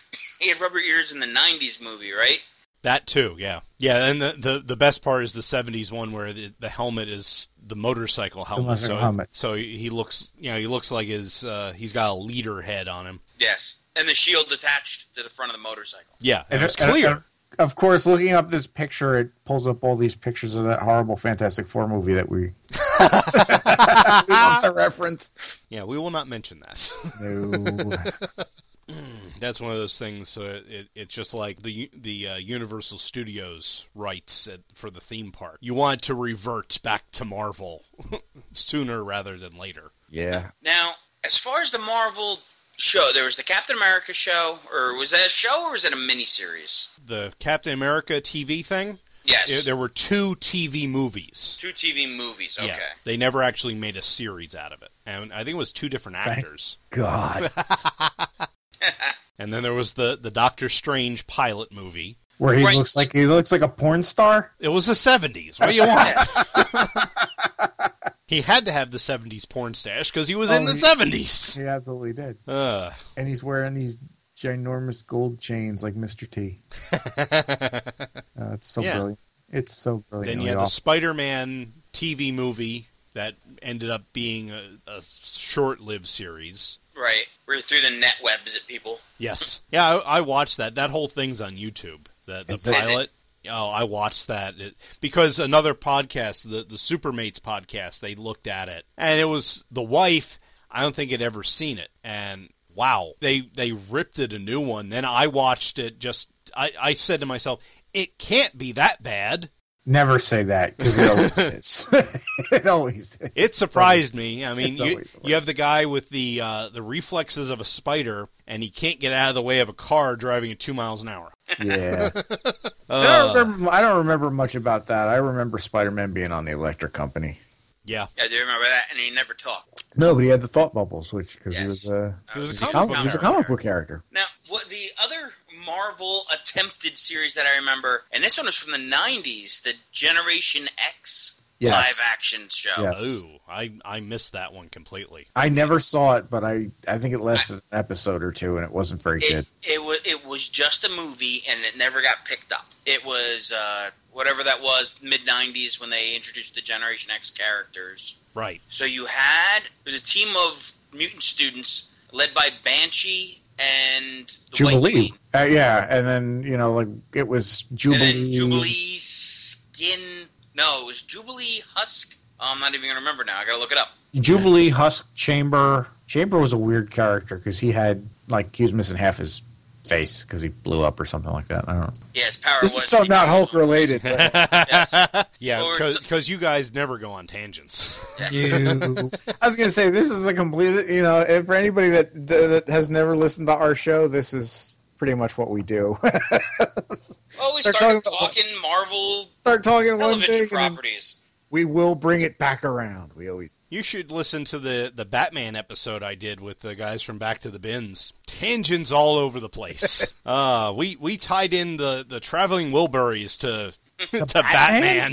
[SPEAKER 4] he had rubber ears in the '90s movie, right?
[SPEAKER 1] That too, yeah, yeah. And the the, the best part is the '70s one where the, the helmet is the motorcycle helmet.
[SPEAKER 3] motorcycle
[SPEAKER 1] so,
[SPEAKER 3] helmet.
[SPEAKER 1] so he looks, you know, he looks like his uh, he's got a leader head on him.
[SPEAKER 4] Yes, and the shield attached to the front of the motorcycle.
[SPEAKER 1] Yeah, and it's
[SPEAKER 3] And- and-
[SPEAKER 1] clear.
[SPEAKER 3] and Of course, looking up this picture, it pulls up all these pictures of that horrible Fantastic Four movie that we. we love the reference.
[SPEAKER 1] yeah, we will not mention that.
[SPEAKER 3] No.
[SPEAKER 1] That's one of those things. Uh, it, it's just like the U- the uh, Universal Studios rights at, for the theme park. You want to revert back to Marvel sooner rather than later.
[SPEAKER 3] Yeah.
[SPEAKER 4] Now, as far as the Marvel show, there was the Captain America show, or was that a show, or was it a miniseries?
[SPEAKER 1] The Captain America TV thing.
[SPEAKER 4] Yes,
[SPEAKER 1] There- there were two TV movies.
[SPEAKER 4] two TV movies. Okay,
[SPEAKER 1] Yeah, they never actually made a series out of it, and I think it was two different
[SPEAKER 3] Thank-
[SPEAKER 1] actors.
[SPEAKER 3] God.
[SPEAKER 1] And then there was the the Doctor Strange pilot movie.
[SPEAKER 3] Where he
[SPEAKER 4] Right.
[SPEAKER 3] looks like he looks like a porn star.
[SPEAKER 1] It was the seventies. What do you want? he had to have the seventies porn stash because he was in
[SPEAKER 3] Oh,
[SPEAKER 1] the
[SPEAKER 3] he-
[SPEAKER 1] seventies.
[SPEAKER 3] He absolutely did.
[SPEAKER 1] Uh,
[SPEAKER 3] And he's wearing these ginormous gold chains like Mr. T. Uh, it's so
[SPEAKER 1] Yeah.
[SPEAKER 3] brilliant. It's so brilliant.
[SPEAKER 1] then you had the Spider-Man TV movie that ended up being a, a short-lived series.
[SPEAKER 4] right. We're through the net webs at people.
[SPEAKER 1] Yes. Yeah, I, I watched that. That whole thing's on YouTube. The, the
[SPEAKER 3] Is it-
[SPEAKER 1] pilot. Oh, I watched that it, because another podcast, the the Supermates podcast, they looked at it, and it was the wife. I don't think had ever seen it, and wow, they they ripped it a new one. Then I watched it. Just I I said to myself, it can't be that bad.
[SPEAKER 3] Never say that because it always is. it always is.
[SPEAKER 1] It surprised me. I mean,
[SPEAKER 3] it's
[SPEAKER 1] you,
[SPEAKER 3] always
[SPEAKER 1] you have
[SPEAKER 3] worse.
[SPEAKER 1] the guy with the uh, the reflexes of a spider, and he can't get out of the way of a car driving at two miles an hour.
[SPEAKER 3] Yeah.
[SPEAKER 1] Uh,
[SPEAKER 3] I, don't remember, I don't remember much about that. I remember Spider Man being on the electric company.
[SPEAKER 1] yeah.
[SPEAKER 4] Yeah, I do remember that, and he never talked.
[SPEAKER 3] No, but he had the thought bubbles, which because he
[SPEAKER 4] Yes.
[SPEAKER 3] was a
[SPEAKER 4] He
[SPEAKER 1] was a
[SPEAKER 3] comic,
[SPEAKER 1] comic
[SPEAKER 3] he was a comic book character.
[SPEAKER 4] Now, what the other Marvel attempted series that I remember, and this one was from the '90s, the Generation X
[SPEAKER 3] Yes.
[SPEAKER 4] live action show.
[SPEAKER 3] Yeah.
[SPEAKER 1] Oh, I I missed that one completely.
[SPEAKER 3] I never saw it, but I I think it lasted an episode or two, and it wasn't very
[SPEAKER 4] It,
[SPEAKER 3] good.
[SPEAKER 4] it was it was just a movie, and it never got picked up. It was uh, whatever that was, mid '90s when they introduced the Generation X characters.
[SPEAKER 1] Right.
[SPEAKER 4] So you had it was a team of mutant students led by Banshee and the White
[SPEAKER 3] Jubilee,
[SPEAKER 4] Queen,
[SPEAKER 3] uh, yeah, and then you know like it was
[SPEAKER 4] and
[SPEAKER 3] Jubilee.
[SPEAKER 4] then Jubilee Skin. No, it was Jubilee Husk. Oh, I'm not even gonna remember now. I gotta look it up.
[SPEAKER 3] Jubilee Husk Chamber. Chamber was a weird character because he had like he was missing half his face because he blew up or something like that. I don't.
[SPEAKER 4] Yeah, his power
[SPEAKER 3] This
[SPEAKER 4] was
[SPEAKER 3] is so not Hulk related. but-
[SPEAKER 1] Yeah,
[SPEAKER 4] Or t-
[SPEAKER 1] because you guys never go on tangents.
[SPEAKER 3] I was gonna say this is a complete. You know, if for anybody that that has never listened to our show, this is pretty much what we do.
[SPEAKER 4] Well, Oh, we
[SPEAKER 3] They're
[SPEAKER 4] started
[SPEAKER 3] talking about-
[SPEAKER 4] talking Marvel
[SPEAKER 3] Start talking one
[SPEAKER 4] television
[SPEAKER 3] thing, and then
[SPEAKER 4] properties.
[SPEAKER 3] we will bring it back around. We always.
[SPEAKER 1] you should listen to the the Batman episode I did with the guys from Back to the Bins. Tangents all over the place. uh we we tied in the the traveling Wilburys to to Batman.
[SPEAKER 3] Batman?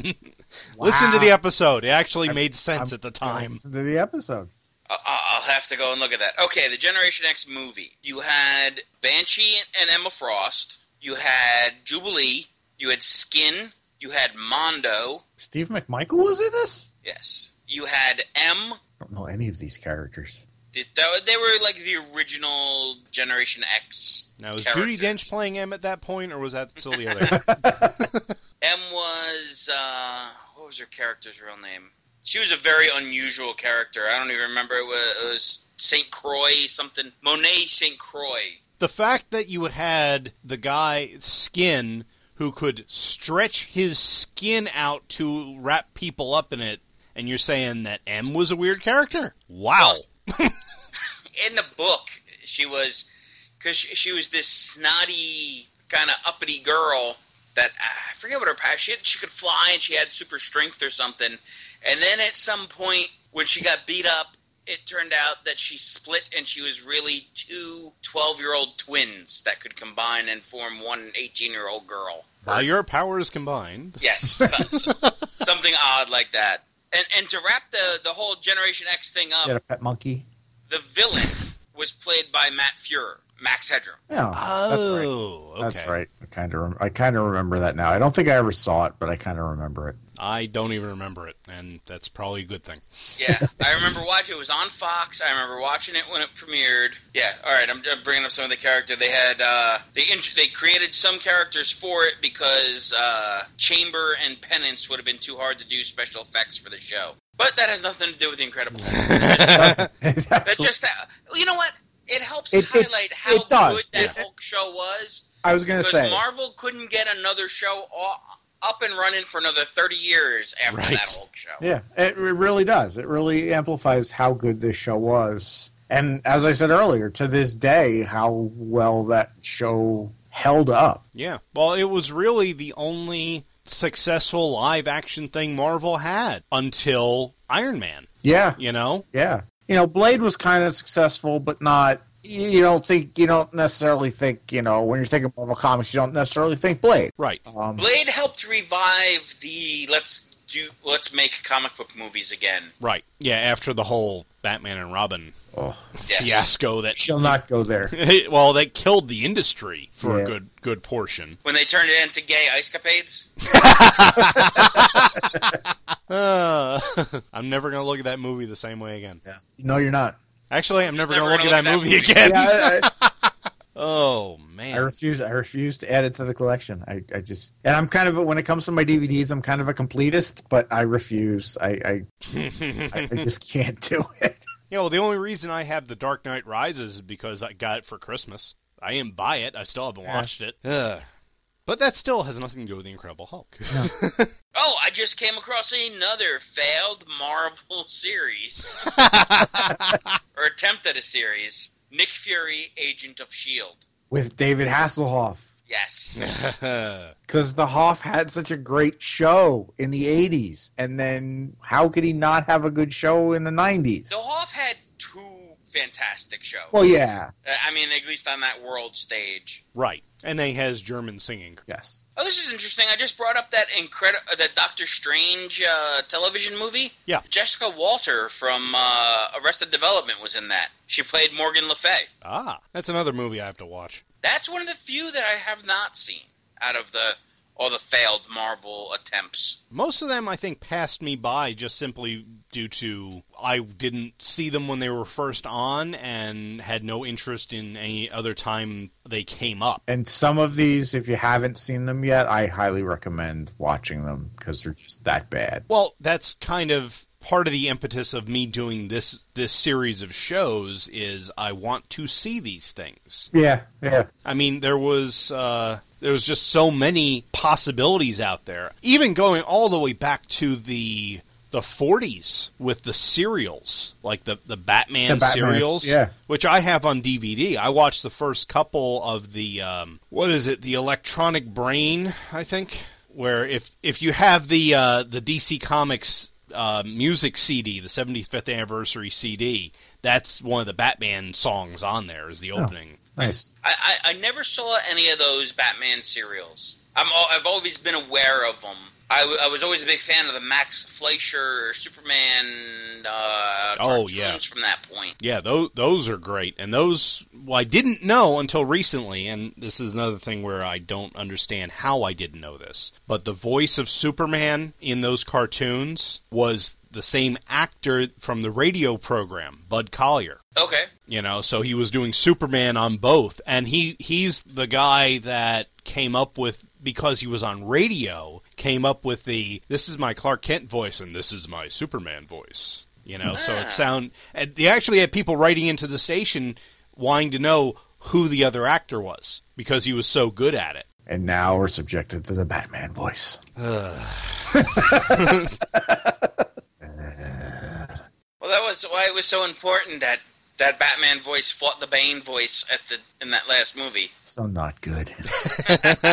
[SPEAKER 1] Listen to
[SPEAKER 3] Wow.
[SPEAKER 1] the episode. It actually made sense at the time.
[SPEAKER 3] Listen to the episode.
[SPEAKER 4] I- I- I'll have to go and look at that. Okay, the Generation X movie. You had Banshee and Emma Frost. You had Jubilee. You had Skin. You had Mondo.
[SPEAKER 3] Steve McMichael was in this.
[SPEAKER 4] Yes. You had M.
[SPEAKER 3] I don't know any of these characters.
[SPEAKER 4] Did- tho- They were like the original Generation X.
[SPEAKER 1] Now was
[SPEAKER 4] characters.
[SPEAKER 1] Judy Dench playing him at that point, or was that still the other?
[SPEAKER 4] M was uh, what was her character's real name? She was a very unusual character. I don't even remember. It was, it was Saint Croix something. Monet Saint Croix.
[SPEAKER 1] the fact that you had the guy skin who could stretch his skin out to wrap people up in it, and you're saying that M was a weird character? Wow.
[SPEAKER 4] in the book, she was because she, she was this snotty kind of uppity girl that I forget what her past. She had, she could fly and she had super strength or something. And then at some point when she got beat up, it turned out that she split and she was really two 12 year old twins that could combine and form one 18 year old girl.
[SPEAKER 1] By your powers combined.
[SPEAKER 4] Yes, some, some, something odd like that. And and to wrap the the whole Generation X thing up,
[SPEAKER 3] She had a pet monkey.
[SPEAKER 4] the villain was played by Matt Fuhrer, Max Headroom.
[SPEAKER 3] Yeah, that's right.
[SPEAKER 1] Oh, okay.
[SPEAKER 3] That's right. I kind of rem- I kind of remember that now. I don't think I ever saw it, but I kind of remember it.
[SPEAKER 1] I don't even remember it, and that's probably a good thing.
[SPEAKER 4] Yeah, I remember watching. It was on Fox. I remember watching it when it premiered. Yeah, all right. I'm, I'm bringing up some of the character they had. Uh, they int- they created some characters for it because uh, Chamber and Penance would have been too hard to do special effects for the show. But that has nothing to do with the Incredible. Hulk.
[SPEAKER 3] That's, it's
[SPEAKER 4] That's
[SPEAKER 3] absolute-
[SPEAKER 4] just that. You know what? It helps
[SPEAKER 3] It- it-
[SPEAKER 4] highlight how
[SPEAKER 3] it does.
[SPEAKER 4] good that
[SPEAKER 3] Yeah.
[SPEAKER 4] Hulk show was.
[SPEAKER 3] I was gonna
[SPEAKER 4] Because
[SPEAKER 3] say.
[SPEAKER 4] Marvel couldn't get another show o- up and running for another 30 years after
[SPEAKER 1] Right.
[SPEAKER 4] that Hulk show.
[SPEAKER 3] Yeah, it, it really does. It really amplifies how good this show was. And as I said earlier, to this day, how well that show held up.
[SPEAKER 1] Yeah. Well, it was really the only successful live action thing Marvel had until Iron Man,
[SPEAKER 3] Yeah,
[SPEAKER 1] you know?
[SPEAKER 3] yeah. You know, Blade was kind of successful, but not. You you don't think you don't necessarily think you know when you're thinking Marvel comics, you don't necessarily think Blade.
[SPEAKER 1] Right.
[SPEAKER 3] Um,
[SPEAKER 4] Blade helped revive the let's do let's make comic book movies again.
[SPEAKER 1] Right. Yeah, after the whole Batman and Robin
[SPEAKER 3] oh,
[SPEAKER 4] Yes.
[SPEAKER 1] fiasco that
[SPEAKER 3] she'll not go there.
[SPEAKER 1] well, that killed the industry for
[SPEAKER 3] Yeah.
[SPEAKER 1] a good good portion.
[SPEAKER 4] When they turned it into gay ice capades.
[SPEAKER 1] Uh, I'm never going to look at that movie the same way again.
[SPEAKER 3] No, you're not.
[SPEAKER 1] Actually, I'm never
[SPEAKER 4] never
[SPEAKER 1] going to look at
[SPEAKER 4] gonna
[SPEAKER 1] that,
[SPEAKER 4] look at
[SPEAKER 1] movie again.
[SPEAKER 4] that movie.
[SPEAKER 3] Yeah, I-
[SPEAKER 1] Oh,
[SPEAKER 3] I
[SPEAKER 1] man.
[SPEAKER 3] refuse. I refuse to add it to the collection. I, I just and I'm kind of when it comes to my DVDs, I'm kind of a completist, but I refuse. I I, I, I just can't do it.
[SPEAKER 1] Yeah, well, the only reason I have The Dark Knight Rises is because I got it for Christmas. I didn't buy it. I still haven't
[SPEAKER 3] Yeah.
[SPEAKER 1] watched it. Ugh. But that still has nothing to do with The Incredible Hulk.
[SPEAKER 4] Oh, I just came across another failed Marvel series. or attempt at a series. Nick Fury, Agent of Shield.
[SPEAKER 3] With David Hasselhoff,
[SPEAKER 4] E Yes.
[SPEAKER 3] because the Hoff had such a great show in the '80s, and then how could he not have a good show in the '90s?
[SPEAKER 4] The Hoff had two fantastic shows.
[SPEAKER 3] Well, yeah,
[SPEAKER 4] Uh, I mean, at least on that world stage.
[SPEAKER 1] right. And they has German singing.
[SPEAKER 3] yes,
[SPEAKER 4] Oh, this is interesting. I just brought up that incredible, that Doctor Strange uh, television movie.
[SPEAKER 1] Yeah.
[SPEAKER 4] Jessica Walter from uh, Arrested Development was in that. She played Morgan Le Fay.
[SPEAKER 1] Ah, that's another movie I have to watch.
[SPEAKER 4] That's one of the few that I have not seen out of the all the failed Marvel attempts.
[SPEAKER 1] Most of them, I think, passed me by just simply due to I didn't see them when they were first on and had no interest in any other time they came up.
[SPEAKER 3] and some of these, if you haven't seen them yet, I highly recommend watching them because they're just that bad.
[SPEAKER 1] Well, that's kind of part of the impetus of me doing this this series of shows is I want to see these things.
[SPEAKER 3] Yeah, yeah.
[SPEAKER 1] I mean, there was uh, there was just so many possibilities out there. Even going all the way back to the the 40s with the serials, like the the Batman,
[SPEAKER 3] The Batmans,
[SPEAKER 1] serials,
[SPEAKER 3] yeah.
[SPEAKER 1] which I have on DVD. I watched the first couple of the um, what is it, the Electronic Brain, I think, where if if you have the uh, the DC Comics. Uh, music CD, the 75th anniversary CD. That's one of the Batman songs on there. Is
[SPEAKER 3] Oh.
[SPEAKER 1] the opening?
[SPEAKER 3] Nice.
[SPEAKER 4] I, I, I never saw any of those Batman serials. I'm, al- I've always been aware of them. I, w- I was always a big fan of the Max Fleischer Superman uh,
[SPEAKER 1] Oh,
[SPEAKER 4] cartoons
[SPEAKER 1] yeah.
[SPEAKER 4] from that point.
[SPEAKER 1] Yeah, those those are great, and those well, I didn't know until recently, and this is another thing where I don't understand how I didn't know this. But the voice of Superman in those cartoons was the same actor from the radio program, Bud Collier.
[SPEAKER 4] Okay.
[SPEAKER 1] You know, so he was doing Superman on both, and he he's the guy that came up with because he was on radio came up with the this is my Clark Kent voice and this is my Superman voice. You know, so it sound and they actually had people writing into the station wanting to know who the other actor was because he was so good at it.
[SPEAKER 3] And now we're subjected to the Batman voice.
[SPEAKER 4] Well, that was why it was so important that that Batman voice fought the Bane voice at the in that last movie.
[SPEAKER 3] So not good.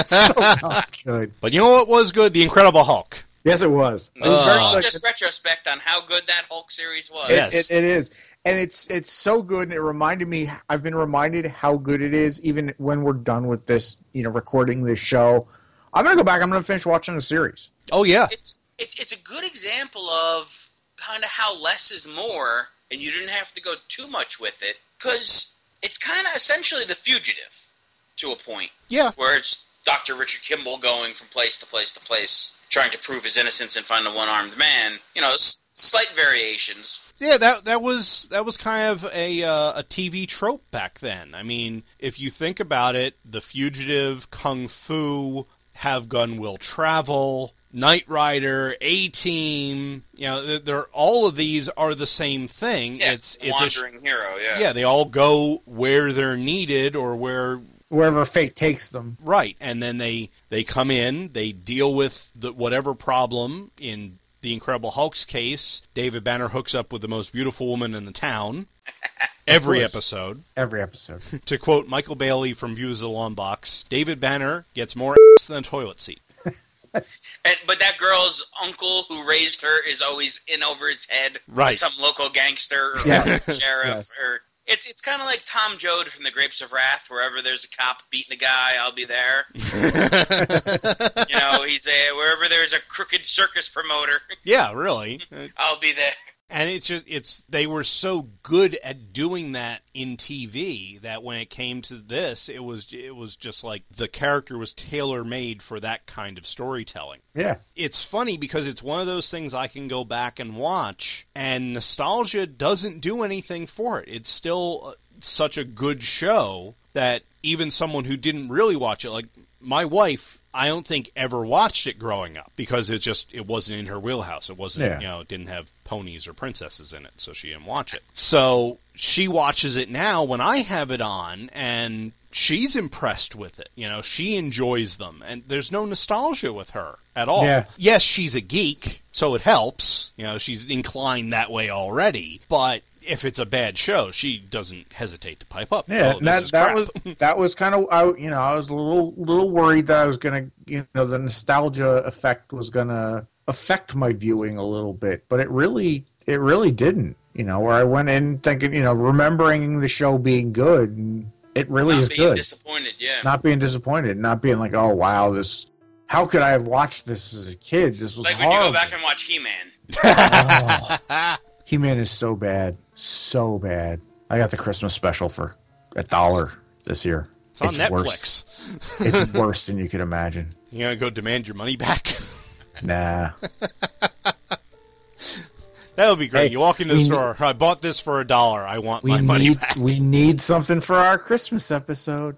[SPEAKER 3] so not good.
[SPEAKER 1] But you know what was good? The Incredible Hulk.
[SPEAKER 3] Yes, it was. It was
[SPEAKER 4] It's
[SPEAKER 3] very
[SPEAKER 4] all
[SPEAKER 3] good.
[SPEAKER 4] just retrospect on how good that Hulk series was.
[SPEAKER 3] Oh. It-
[SPEAKER 1] Yes.
[SPEAKER 3] it- it is, and it's it's so good. And it reminded me. I've been reminded how good it is, even when we're done with this. You know, recording this show. I'm gonna go back. I'm gonna finish watching the series.
[SPEAKER 1] Oh yeah.
[SPEAKER 4] It's it's it's a good example of kind of how less is more, and you didn't have to go too much with it because it's kind of essentially the fugitive to a point
[SPEAKER 1] Yeah.
[SPEAKER 4] where it's Dr. Richard Kimball going from place to place to place, trying to prove his innocence and find a one-armed man. You know, s- slight variations.
[SPEAKER 1] Yeah, that that was that was kind of a uh, a TV trope back then. I mean, if you think about it, The Fugitive, Kung Fu, Have Gun Will Travel, Knight Rider, A Team. You know, they're, they're all of these are the same thing.
[SPEAKER 4] Yeah,
[SPEAKER 1] it's
[SPEAKER 4] the
[SPEAKER 1] it's a sh-
[SPEAKER 4] wandering hero. Yeah.
[SPEAKER 1] yeah, they all go where they're needed or where
[SPEAKER 3] Wherever fate takes them.
[SPEAKER 1] Right, and then they they come in, they deal with the, whatever problem. In the Incredible Hulk's case, David Banner hooks up with the most beautiful woman in the town. Every
[SPEAKER 3] course.
[SPEAKER 1] episode,
[SPEAKER 3] Every episode.
[SPEAKER 1] to quote Michael Bailey from Views of the Long Box, David Banner gets more ass than a toilet seat.
[SPEAKER 4] And, but that girl's uncle who raised her is always in over his head.
[SPEAKER 1] Right.
[SPEAKER 4] Some local gangster or
[SPEAKER 3] Yes.
[SPEAKER 4] sheriff
[SPEAKER 3] Yes.
[SPEAKER 4] or. It's, it's kind of like Tom Joad from The Grapes of Wrath. Wherever there's a cop beating a guy, I'll be there. you know, he's a, wherever there's a crooked circus promoter,
[SPEAKER 1] Yeah, really. Uh,
[SPEAKER 4] I'll be there.
[SPEAKER 1] And it's just it's they were so good at doing that in TV that when it came to this, it was it was just like the character was tailor made for that kind of storytelling.
[SPEAKER 3] Yeah.
[SPEAKER 1] it's funny because it's one of those things I can go back and watch, and nostalgia doesn't do anything for it. It's still uh, such a good show that even someone who didn't really watch it, like my wife, I don't think ever watched it growing up because it just it wasn't in her wheelhouse. It wasn't
[SPEAKER 3] Yeah.
[SPEAKER 1] you know it didn't have ponies or princesses in it, so she didn't watch it. So she watches it now when I have it on, and she's impressed with it. You know, she enjoys them, and there's no nostalgia with her at all.
[SPEAKER 3] Yeah.
[SPEAKER 1] Oh, Yes, she's a geek, so it helps. You know, she's inclined that way already, but. If it's a bad show, she doesn't hesitate to pipe up.
[SPEAKER 3] Yeah,
[SPEAKER 1] "Oh,
[SPEAKER 3] and
[SPEAKER 1] this is
[SPEAKER 3] that that
[SPEAKER 1] crap."
[SPEAKER 3] was that was kind of I you know I was a little little worried that I was gonna you know the nostalgia effect was gonna affect my viewing a little bit, but it really it really didn't. You know, where I went in thinking you know remembering the show being good, and it really
[SPEAKER 4] Not
[SPEAKER 3] is
[SPEAKER 4] being
[SPEAKER 3] good.
[SPEAKER 4] disappointed, yeah.
[SPEAKER 3] not being disappointed, not being like oh wow this how could I have watched this as a kid? This was
[SPEAKER 4] like when you
[SPEAKER 3] horrible.
[SPEAKER 4] go back and watch He-Man.
[SPEAKER 3] He Man is so bad, so bad. I got the Christmas special for a dollar this year.
[SPEAKER 1] it's on Netflix.
[SPEAKER 3] worse. It's worse than you could imagine.
[SPEAKER 1] You gonna go demand your money back?
[SPEAKER 3] Nah.
[SPEAKER 1] that would be great.
[SPEAKER 3] Hey,
[SPEAKER 1] you walk into the
[SPEAKER 3] we
[SPEAKER 1] store. I bought this for a dollar. I want
[SPEAKER 3] We
[SPEAKER 1] my money
[SPEAKER 3] need
[SPEAKER 1] back.
[SPEAKER 3] we need something for our Christmas episode.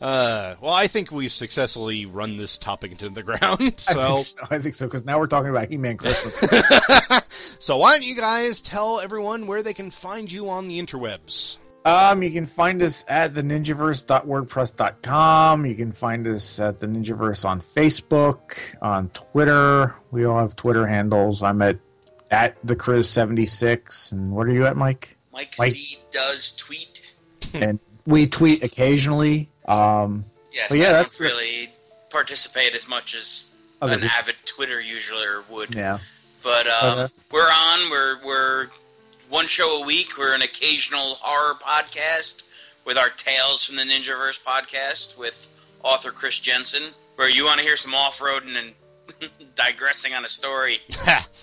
[SPEAKER 1] Uh, well, I think we've successfully run this topic into the ground. So,
[SPEAKER 3] I think so. I think so because now we're talking about He Man Christmas.
[SPEAKER 1] so why don't you guys tell everyone where they can find you on the interwebs?
[SPEAKER 3] um, you can find us at the ninjaverse.wordpress.com. You can find us at the ninjaverse on Facebook, on Twitter. We all have Twitter handles. I'm at at the Chris seventy six. And what are you at, Mike?
[SPEAKER 4] Mike,
[SPEAKER 3] Mike.
[SPEAKER 4] Z does tweet.
[SPEAKER 3] and we tweet occasionally. Um,
[SPEAKER 4] Yes,
[SPEAKER 3] Well, yeah,
[SPEAKER 4] I
[SPEAKER 3] that's
[SPEAKER 4] don't
[SPEAKER 3] great.
[SPEAKER 4] really participate as much as
[SPEAKER 3] Other
[SPEAKER 4] an
[SPEAKER 3] people.
[SPEAKER 4] avid Twitter user would.
[SPEAKER 3] yeah.
[SPEAKER 4] But um,
[SPEAKER 3] Okay.
[SPEAKER 4] we're on. We're we're one show a week. We're an occasional horror podcast with our Tales from the Ninjaverse podcast with author Chris Jensen. Where you want to hear some off roading and digressing on a story.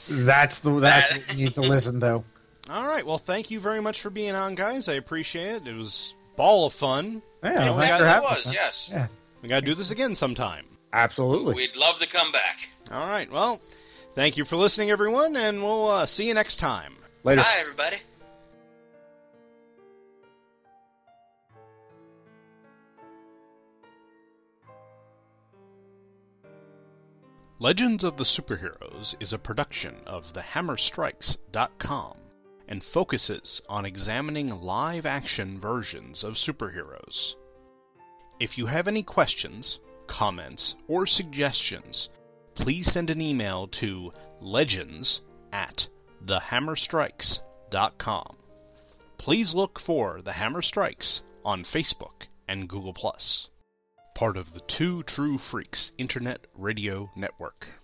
[SPEAKER 3] That's the that's what you need to listen to.
[SPEAKER 1] All right. Well, thank you very much for being on, guys. I appreciate it. It was ball of fun.
[SPEAKER 3] Yeah,
[SPEAKER 1] we
[SPEAKER 3] thanks
[SPEAKER 1] got-
[SPEAKER 3] for
[SPEAKER 1] it
[SPEAKER 3] having us.
[SPEAKER 4] was
[SPEAKER 3] man.
[SPEAKER 4] yes.
[SPEAKER 3] Yeah,
[SPEAKER 1] We gotta do this again sometime.
[SPEAKER 3] absolutely.
[SPEAKER 4] We'd love to come back.
[SPEAKER 1] All right. Well, thank you for listening, everyone, and we'll uh, see you next time.
[SPEAKER 3] Later.
[SPEAKER 4] Hi, everybody.
[SPEAKER 1] Legends of the Superheroes is a production of thehammerstrikes.com and focuses on examining live action versions of superheroes. If you have any questions, comments, or suggestions, please send an email to legends at thehammerstrikes.com. Please look for The Hammer Strikes on Facebook and Google. Part of the Two True Freaks Internet Radio Network.